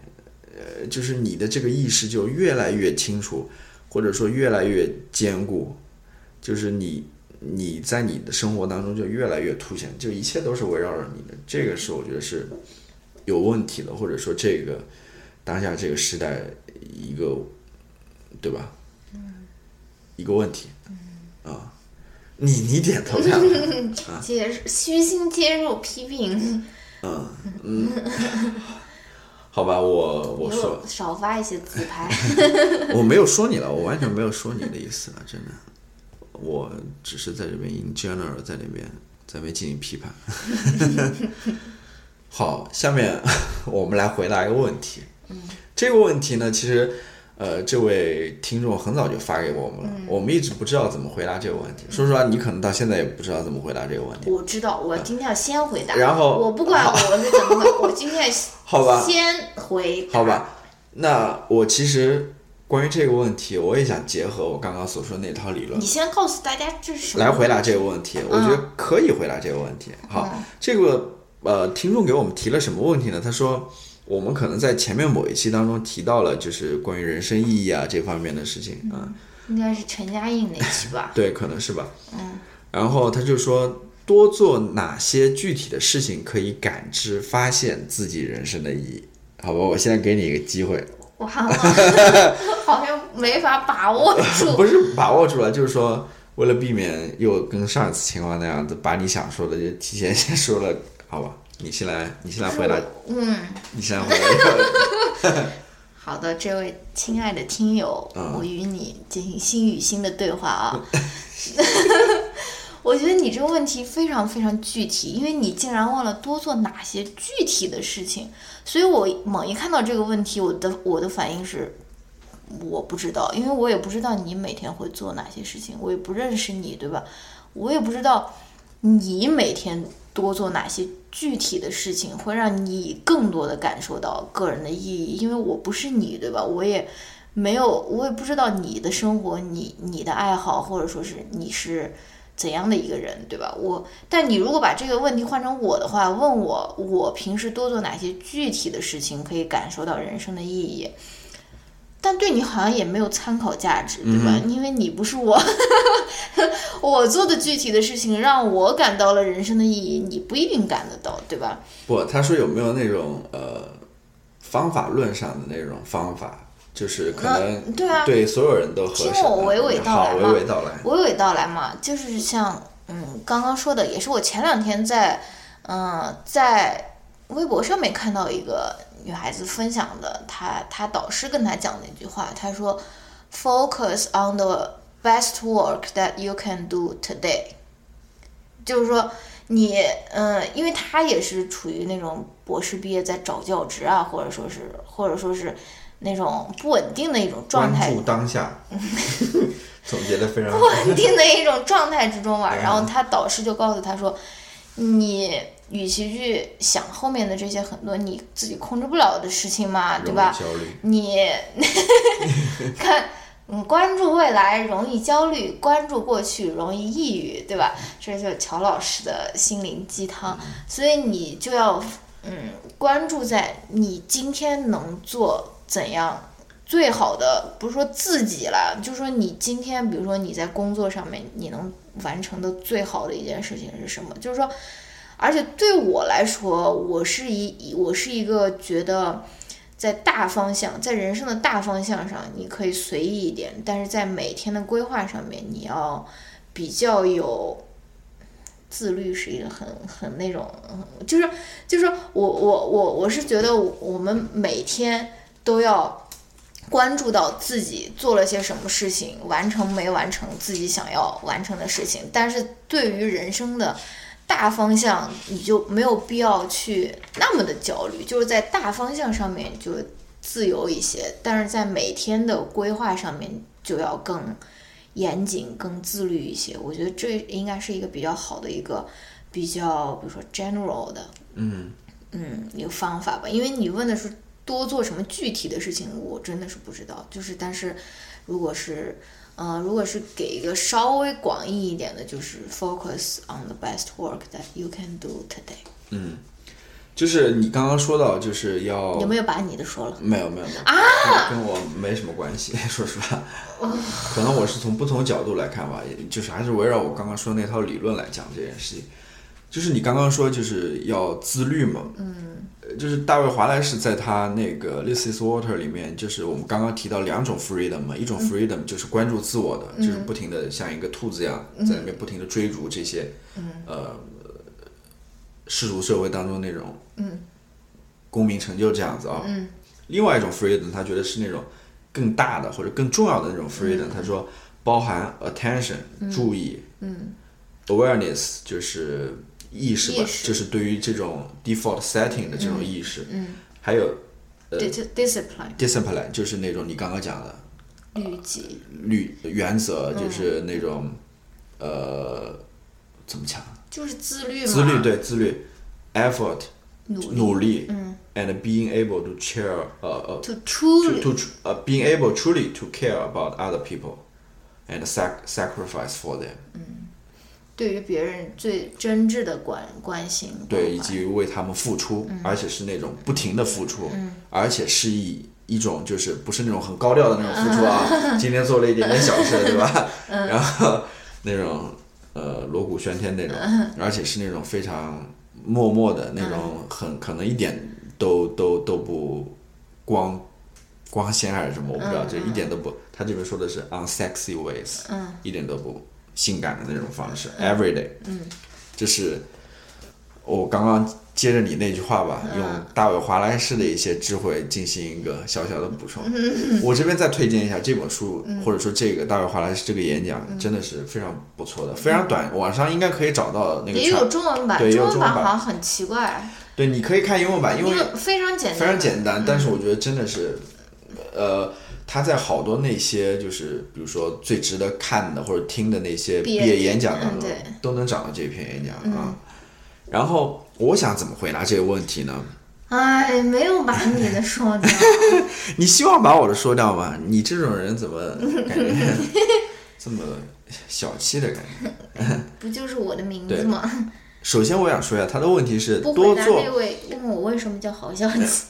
呃，就是你的这个意识就越来越清楚，或者说越来越坚固，就是你你在你的生活当中就越来越凸显，就一切都是围绕着你的，这个是我觉得是有问题的，或者说这个当下这个时代一个对吧，一个问题，啊，你你点头干嘛？啊
接虚心接受批评，
好吧，我我
给
说
我少发一些自拍。
我没有说你了，我完全没有说你的意思了，真的，我只是在这边 in general 在那边在那边进行批判。 好，下面我们来回答一个问题。这个问题呢，其实呃，这位听众很早就发给我们了，我们一直不知道怎么回答这个问题。说实话，你可能到现在也不知道怎么回答这个问题。
我知道，我今天要先回答。
然后
我不管我是怎么回，我今天
好吧
先回答。
好吧，那我其实关于这个问题，我也想结合我刚刚所说那套理论
你，先告诉大家这是什么
来回答这个问题，我觉得可以回答这个问题。好，这个呃，听众给我们提了什么问题呢？他说，我们可能在前面某一期当中提到了，就是关于人生意义啊这方面的事情啊、
应该是陈嘉映那期吧？
对，可能是吧。嗯。然后他就说，多做哪些具体的事情可以感知、发现自己人生的意义？好吧，我现在给你一个机会，
完 了，好像没法把握 住。
不是把握住了，就是说，为了避免又跟上一次情况那样子，把你想说的就提前先说了，好吧？ 你先来，你先来回答，
嗯，
你先来回答。
好的，这位亲爱的听友，
嗯
我与你进行心与心的对话啊。 我觉得你这个问题非常非常具体，因为你竟然忘了多做哪些具体的事情，所以我猛一看到这个问题，我的我的反应是，我不知道，因为我也不知道你每天会做哪些事情，我也不认识你，对吧？我也不知道你每天多做哪些具体的事情，会让你更多的感受到个人的意义。因为我不是你，对吧？我也没有，我也不知道你的生活，你你的爱好，或者说是你是怎样的一个人，对吧？我，但你如果把这个问题换成我的话，问我我平时多做哪些具体的事情可以感受到人生的意义。但对你好像也没有参考价值，对吧？因为你不是我，我做的具体的事情让我感到了人生的意义，你不一定感得到，对吧？
不，他说有没有那种呃方法论上的那种方法，就是可能
那对啊
对所有人都合适的。
听我娓娓道来
好，
嘛
娓娓道来。
娓娓道来嘛，就是像嗯刚刚说的，也是我前两天在嗯、在微博上面看到一个女孩子分享的，她她导师跟她讲的一句话，她说，focus on the best work that you can do today，就是说你嗯、因为她也是处于那种博士毕业在找教职啊，或者说是或者说是那种不稳定的一种状态
关注当 下，总结的非 常好。
稳定的一种状态之中嘛。然后他导师就告诉他说，你与其去想后面的这些很多你自己控制不了的事情嘛，对
容易
吧？
焦虑。
你 看，嗯，关注未来容易焦虑，关注过去容易抑郁，对吧？这就是乔老师的心灵鸡汤。所以你就要，嗯，关注在你今天能做怎样。最好的不是说自己了，就说你今天，比如说你在工作上面，你能完成的最好的一件事情是什么？就是说，而且对我来说，我是一我是一个觉得，在大方向，在人生的大方向上，你可以随意一点，但是在每天的规划上面，你要比较有自律，是一个很很那种，嗯就是就是我我我我是觉得我们每天都要关注到自己做了些什么事情，完成没完成自己想要完成的事情，但是对于人生的。大方向你就没有必要去那么的焦虑，就是在大方向上面就自由一些，但是在每天的规划上面就要更严谨、更自律一些。我觉得这应该是一个比较好的一个比较，比如说 general 的，
嗯
嗯，一个方法吧。因为你问的是多做什么具体的事情，我真的是不知道。就是，但是如果是，呃，如果是给一个稍微广义一点的，就是 focus on the best work that you can do today。
嗯，就是你刚刚说到，就是要
有没有把你的说了？
没有没有没有啊，跟我没什么关系， 说实话，可能我是从不同角度来看吧，也就是还是围绕我刚刚说那套理论来讲这件事情。就是你刚刚说就是要自律嘛，嗯，就是大卫华莱士在他那个《This Is Water》里面，就是我们刚刚提到两种 freedom 嘛，一种 freedom 就是关注自我的，就是不停的像一个兔子一样在里面不停的追逐这些，呃，世俗社会当中那种，嗯，功名成就这样子啊，嗯，另外一种 freedom，他觉得是那种更大的或者更重要的那种 freedom，、他说包含 attention、注意，嗯嗯，awareness 就是意识吧，
意
嗯
识
就是对于这种 default setting 的这种意识，嗯，还有
dis discipline
discipline 就是那种你刚刚讲的
律己，
律原则，就是那种、呃怎么讲？啊
就是自律嘛，
自律对自律，effort
努力
努力，嗯，and being able to care 呃呃
to
to
truly
to tr- uh, being able truly to care about other people and sac- sacrifice for them，
对于别人最真挚的关关心关怀，
对，以及为他们付出，而且是那种不停的付出，而且是以一种就是不是那种很高调的那种付出啊， 今天做了一点点小事，对吧？ 然后那种呃锣鼓喧天那种，而且是那种非常默默的那种，很可能一点都都都不光光鲜还是什么，我不知道，就一点都不。他这边说的是 unsexy ways，一点都不性感的那种方式，every
嗯
day，这是。我刚刚接着你那句话吧，
嗯
用大卫·华莱士的一些智慧进行一个小小的补充。
嗯
我这边再推荐一下这本书，或者说这个大卫·华莱士这个演讲，
嗯
真的是非常不错的，非常短，网上应该可以找到那个
也有
全。
中文版，
对也有
文
中文
好
版
像很奇怪，啊
对，你可以看英文版，因为
因为非常简单，
非常简
嗯
单，但是我觉得真的是，呃，他在好多那些就是比如说最值得看的或者听的那些
毕
毕
业
业演讲
嗯
当中
对，嗯
都能找到这篇演讲啊。然后我想怎么回答这个问题呢？
哎，没有把你的说 掉，
你希望把我的说掉吗？你这种人怎么感 觉这么小气的感觉？
不就是我的名字
对
吗？
首先，我想说一下，他的问题是
不
多
回答那
做
位问我为什么叫好消息，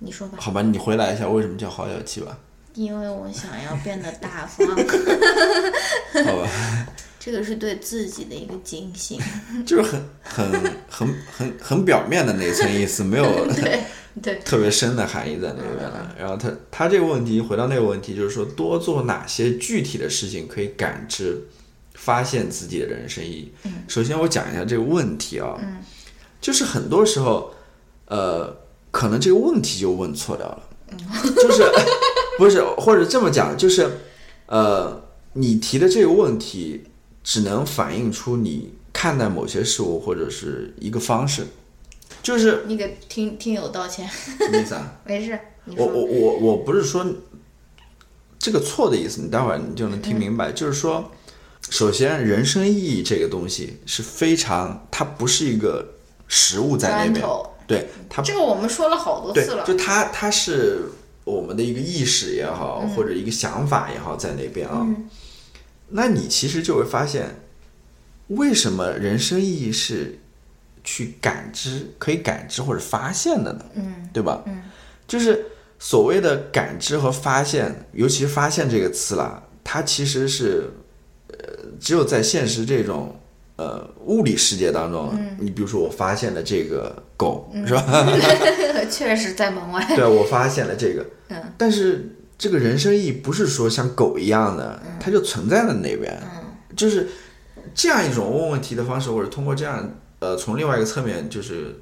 你说吧，
好吧？你回答一下为什么叫好小气吧？
因为我想要变得大方，
好吧，
这个是对自己的一个警醒。
就是很很很很很表面的那层意思，没有
对对，
特别深的含义在那边了。然后他他这个问题回到那个问题，就是说多做哪些具体的事情可以感知、发现自己的人生意义。
嗯
首先我讲一下这个问题啊，就是很多时候，呃，可能这个问题就问错掉了，
嗯
就是 不是或者这么讲，就是呃，你提的这个问题只能反映出你看待某些事物或者是一个方式，就是
你给听听友道歉，
什么意思啊？
没事，你
我
说。
我我我不是说这个错的意思，你待会儿你就能
嗯
听明白。就是说，首先人生意义这个东西是非常，它不是一个实物在那
砖
边
头，
对它
这个我们说了好多
对
次，了
就，它它是我们的一个意识也好，或者一个想法也好，在那边啊。那你其实就会发现，为什么人生意义是去感知、可以感知或者发现的呢？嗯，对吧？嗯，就是所谓的感知和发现，尤其是“发现”这个词啦，它其实是呃，只有在现实这种。呃，物理世界当中，你比如说我发现了这个狗，是吧？
确实在门外。
对，我发现了这个。
嗯
但是这个人生意义不是说像狗一样的，
嗯
它就存在了那边。就是这样一种问问题的方式，或者通过这样呃，从另外一个侧面就是。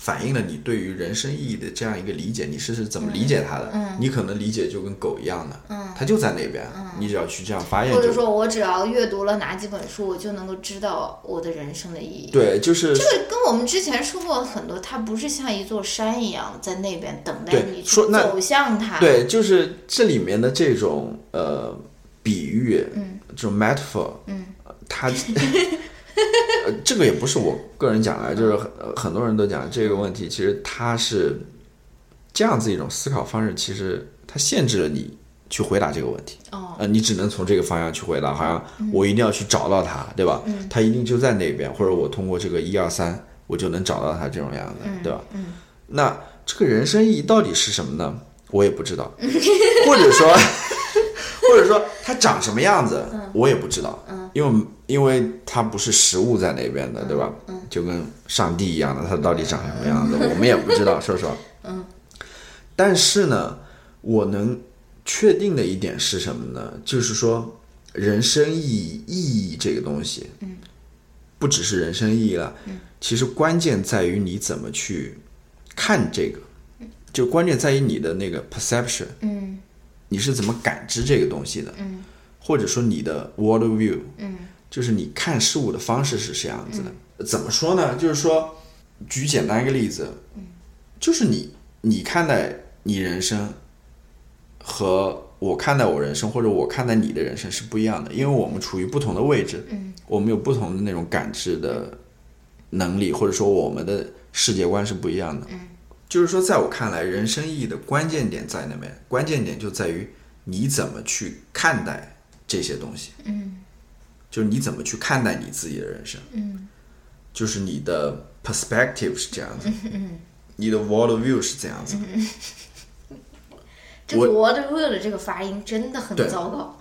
反映了你对于人生意义的这样一个理解，你是是怎么理解它的？
嗯
你可能理解就跟狗一样的，它就在那边，你只要去这样发现
嗯或
就
者说，我只要阅读了哪几本书，我就能够知道我的人生的意义。
对，就是
这跟我们之前说过很多，它不是像一座山一样在那边等待
对
你去
说那
走向它。
对，就是这里面的这种呃比喻，嗯，这种 metaphor，嗯，它呃这个也不是我个人讲啊，就是很呃很多人都讲这个问题，其实它是这样子一种思考方式，其实它限制了你去回答这个问题。
哦，
呃，你只能从这个方向去回答，好像我一定要去找到它，对吧？它一定就在那边，或者我通过这个一二三，我就能找到它这种样子，对吧？那这个人生意义到底是什么呢？我也不知道，或者 说，或者说它长什么样子，我也不知道，因为因为它不是实物在那边的，对吧？就跟上帝一样的，它到底长什么样子，我们也不知道，说实话。嗯，但是呢，我能确定的一点是什么呢？就是说，人生意义意义这个东西，嗯，不只是人生意义了，嗯，其实关键在于你怎么去看这个，就关键在于你的那个 perception，嗯，你是怎么感知这个东西的，嗯，或者说你的 world view，嗯，就是你看事物的方式是这样子的。怎么嗯说呢？就是说，举简单一个例子，就是你你看待你人生和我看待我人生，或者我看待你的人生是不一样的，因为我们处于不同的位置，嗯，我们有不同的那种感知的能力，或者说我们的世界观是不一样的。嗯，就是说，在我看来，人生意义的关键点在那边，关键点就在于你怎么去看待这些东西。
嗯，
就是你怎么去看待你自己的人生。
嗯，
就是你的 perspective 是这样子，你的 world view 是这样子。
这个 word will 的这个发音真的很
对
糟糕。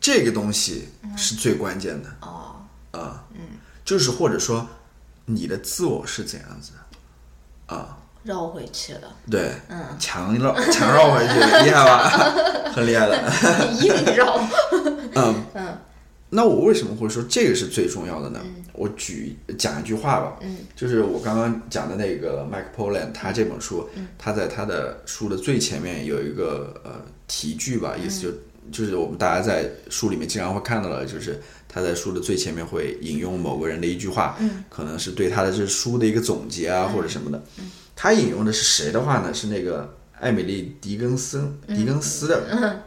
这个东西是最关键的。哦，啊，嗯，就是或者说你的自我是怎样子的，
绕回去了，
对，嗯，强绕强绕回去，厉害吧？ 很厉害的。
硬绕。
那我为什么会说这个是最重要的呢？我举讲一句话吧，嗯，就是我刚刚讲的那个 Mike Polan，他这本书，他在他的书的最前面有一个呃题句吧，意思就、就是我们大家在书里面经常会看到的，就是他在书的最前面会引用某个人的一句话，嗯，可能是对他的这书的一个总结啊、或者什么的，他引用的是谁的话呢？是那个艾米丽·狄更森，狄更斯的，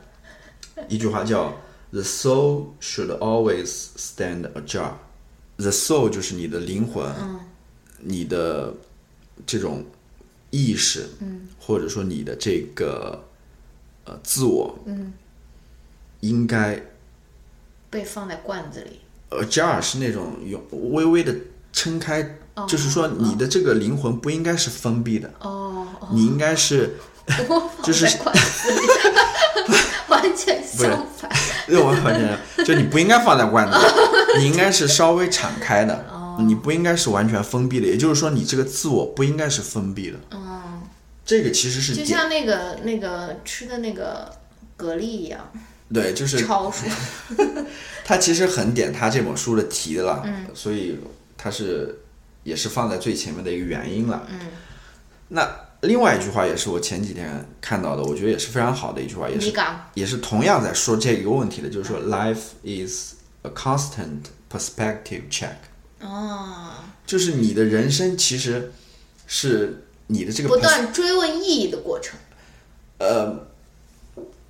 一句话叫 “The soul should always stand ajar”。The soul 就是你的灵魂，
嗯
你的这种意识，
嗯
或者说你的这个呃自我，
嗯
应该
被放在罐子里。
ajar 是那种有微微的撑开，就是说你的这个灵魂不应该是封闭的，
哦，
你应该 是。就是
放在罐子里， 完全相反。
对，我完全就你不应该放在罐子里，你应该是稍微敞开的，你不应该是完全封闭的。也就是说，你这个自我不应该是封闭的。这个其实是
就
点
像那个那个吃的那个蛤蜊一样，
对，就是
超熟。
它其实很点他这本书的题的啦，
嗯
所以它是也是放在最前面的一个原因了。
嗯
那另外一句话也是我前几天看到的，我觉得也是非常好的一句话，也
你
是
港
也是同样在说这个问题的，就是说 life is a constant perspective check。
哦，
就是你的人生其实是你的这个
不
pers-
断追问意义的过程。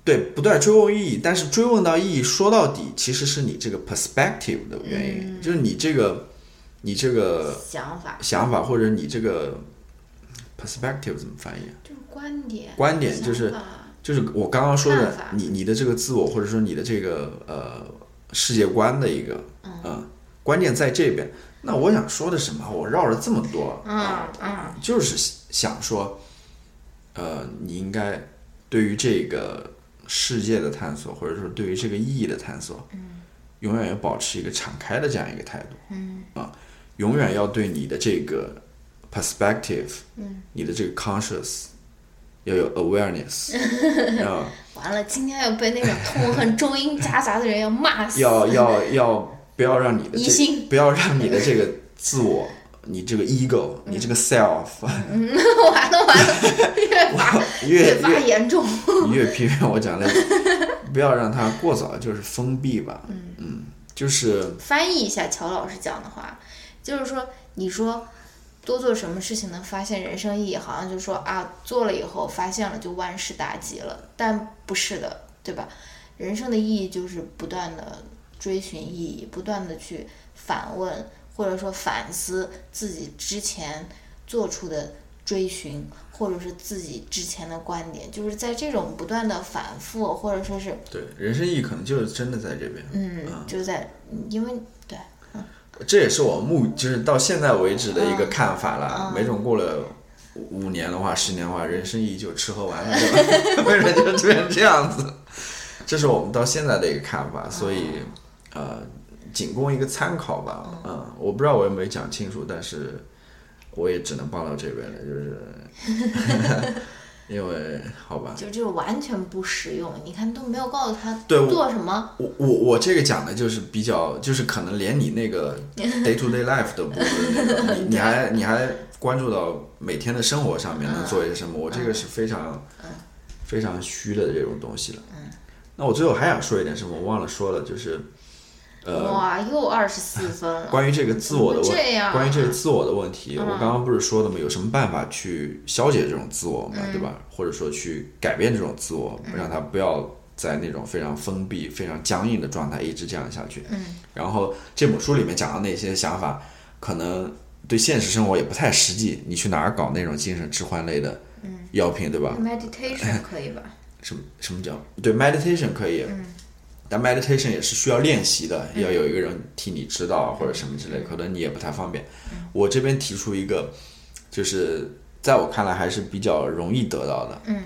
对不断追问意义，但是追问到意义，说到底其实是你这个 perspective 的原
嗯
因，就是你这个你这个
想法
想法或者你这个 perspective 怎么翻译啊？
就是观点，
观点就是
想法
就是我刚刚说
看
的
法，
你你的这个自我，或者说你的这个呃世界观的一个嗯、观念在这边。那我想说的什么？我绕了这么多，
嗯
啊，就是想说，呃，你应该对于这个世界的探索，或者说对于这个意义的探索，
嗯
永远要保持一个敞开的这样一个态度，啊，永远要对你的这个 perspective，你
嗯
的这个 conscious 要有 awareness，要
完了，今天要被那种痛恨中英夹杂的人要骂死。
要要要不要让你的
疑
这
心
不要让你的这个自我，你这个 ego，你
嗯
这个 self
完了 完了，越发
越
发
越
严重。
越批评我讲的，不要让它过早就是封闭吧，嗯，就是
翻译一下乔老师讲的话，就是说，你说多做什么事情能发现人生意义，好像就说啊，做了以后发现了就万事大吉了，但不是的，对吧？人生的意义就是不断的追寻意义，不断的去反问或者说反思自己之前做出的追寻，或者是自己之前的观点，就是在这种不断的反复，或者说是
对人生意义可能就是真的在这边，
嗯，就在因为对。
这也是我目就是到现在为止的一个看法啦。每种过了五五年的话、十年的话，人生意义就吃喝玩乐，对吧为什么就变成这样子？这是我们到现在的一个看法，所以呃，仅供一个参考吧。嗯，我不知道我有没有讲清楚，但是我也只能帮到这边了，就是 因为好吧，
就这种完全不实用，你看都没有告诉他
对我
做什么，
我我我这个讲的就是比较，就是可能连你那个 day to day life 都不是那个，你你还你还关注到每天的生活上面能做些什么，我这个是非常非常虚的这种东西了。那我最后还想说一点什么，我忘了说了，就是
哇，又二十四分了。
呃关于这个自我的问，
怎么这样嗯
关于这个自我的问题，我刚刚不是说的吗？有什么办法去消解这种自我
嗯
嘛，对吧？或者说去改变这种自我，让他不要在那种非常封闭、非常僵硬的状态一直这样下去。嗯。然后这本书里面讲的那些想法，可能对现实生活也不太实际。你去哪儿搞那种精神置换类的
嗯
药品，对吧？
meditation 可以吧？
什么什么叫对 meditation 可以，但 meditation 也是需要练习的，要有一个人替你指导或者什么之类，可能你也不太方便。我这边提出一个，就是在我看来还是比较容易得到的，嗯，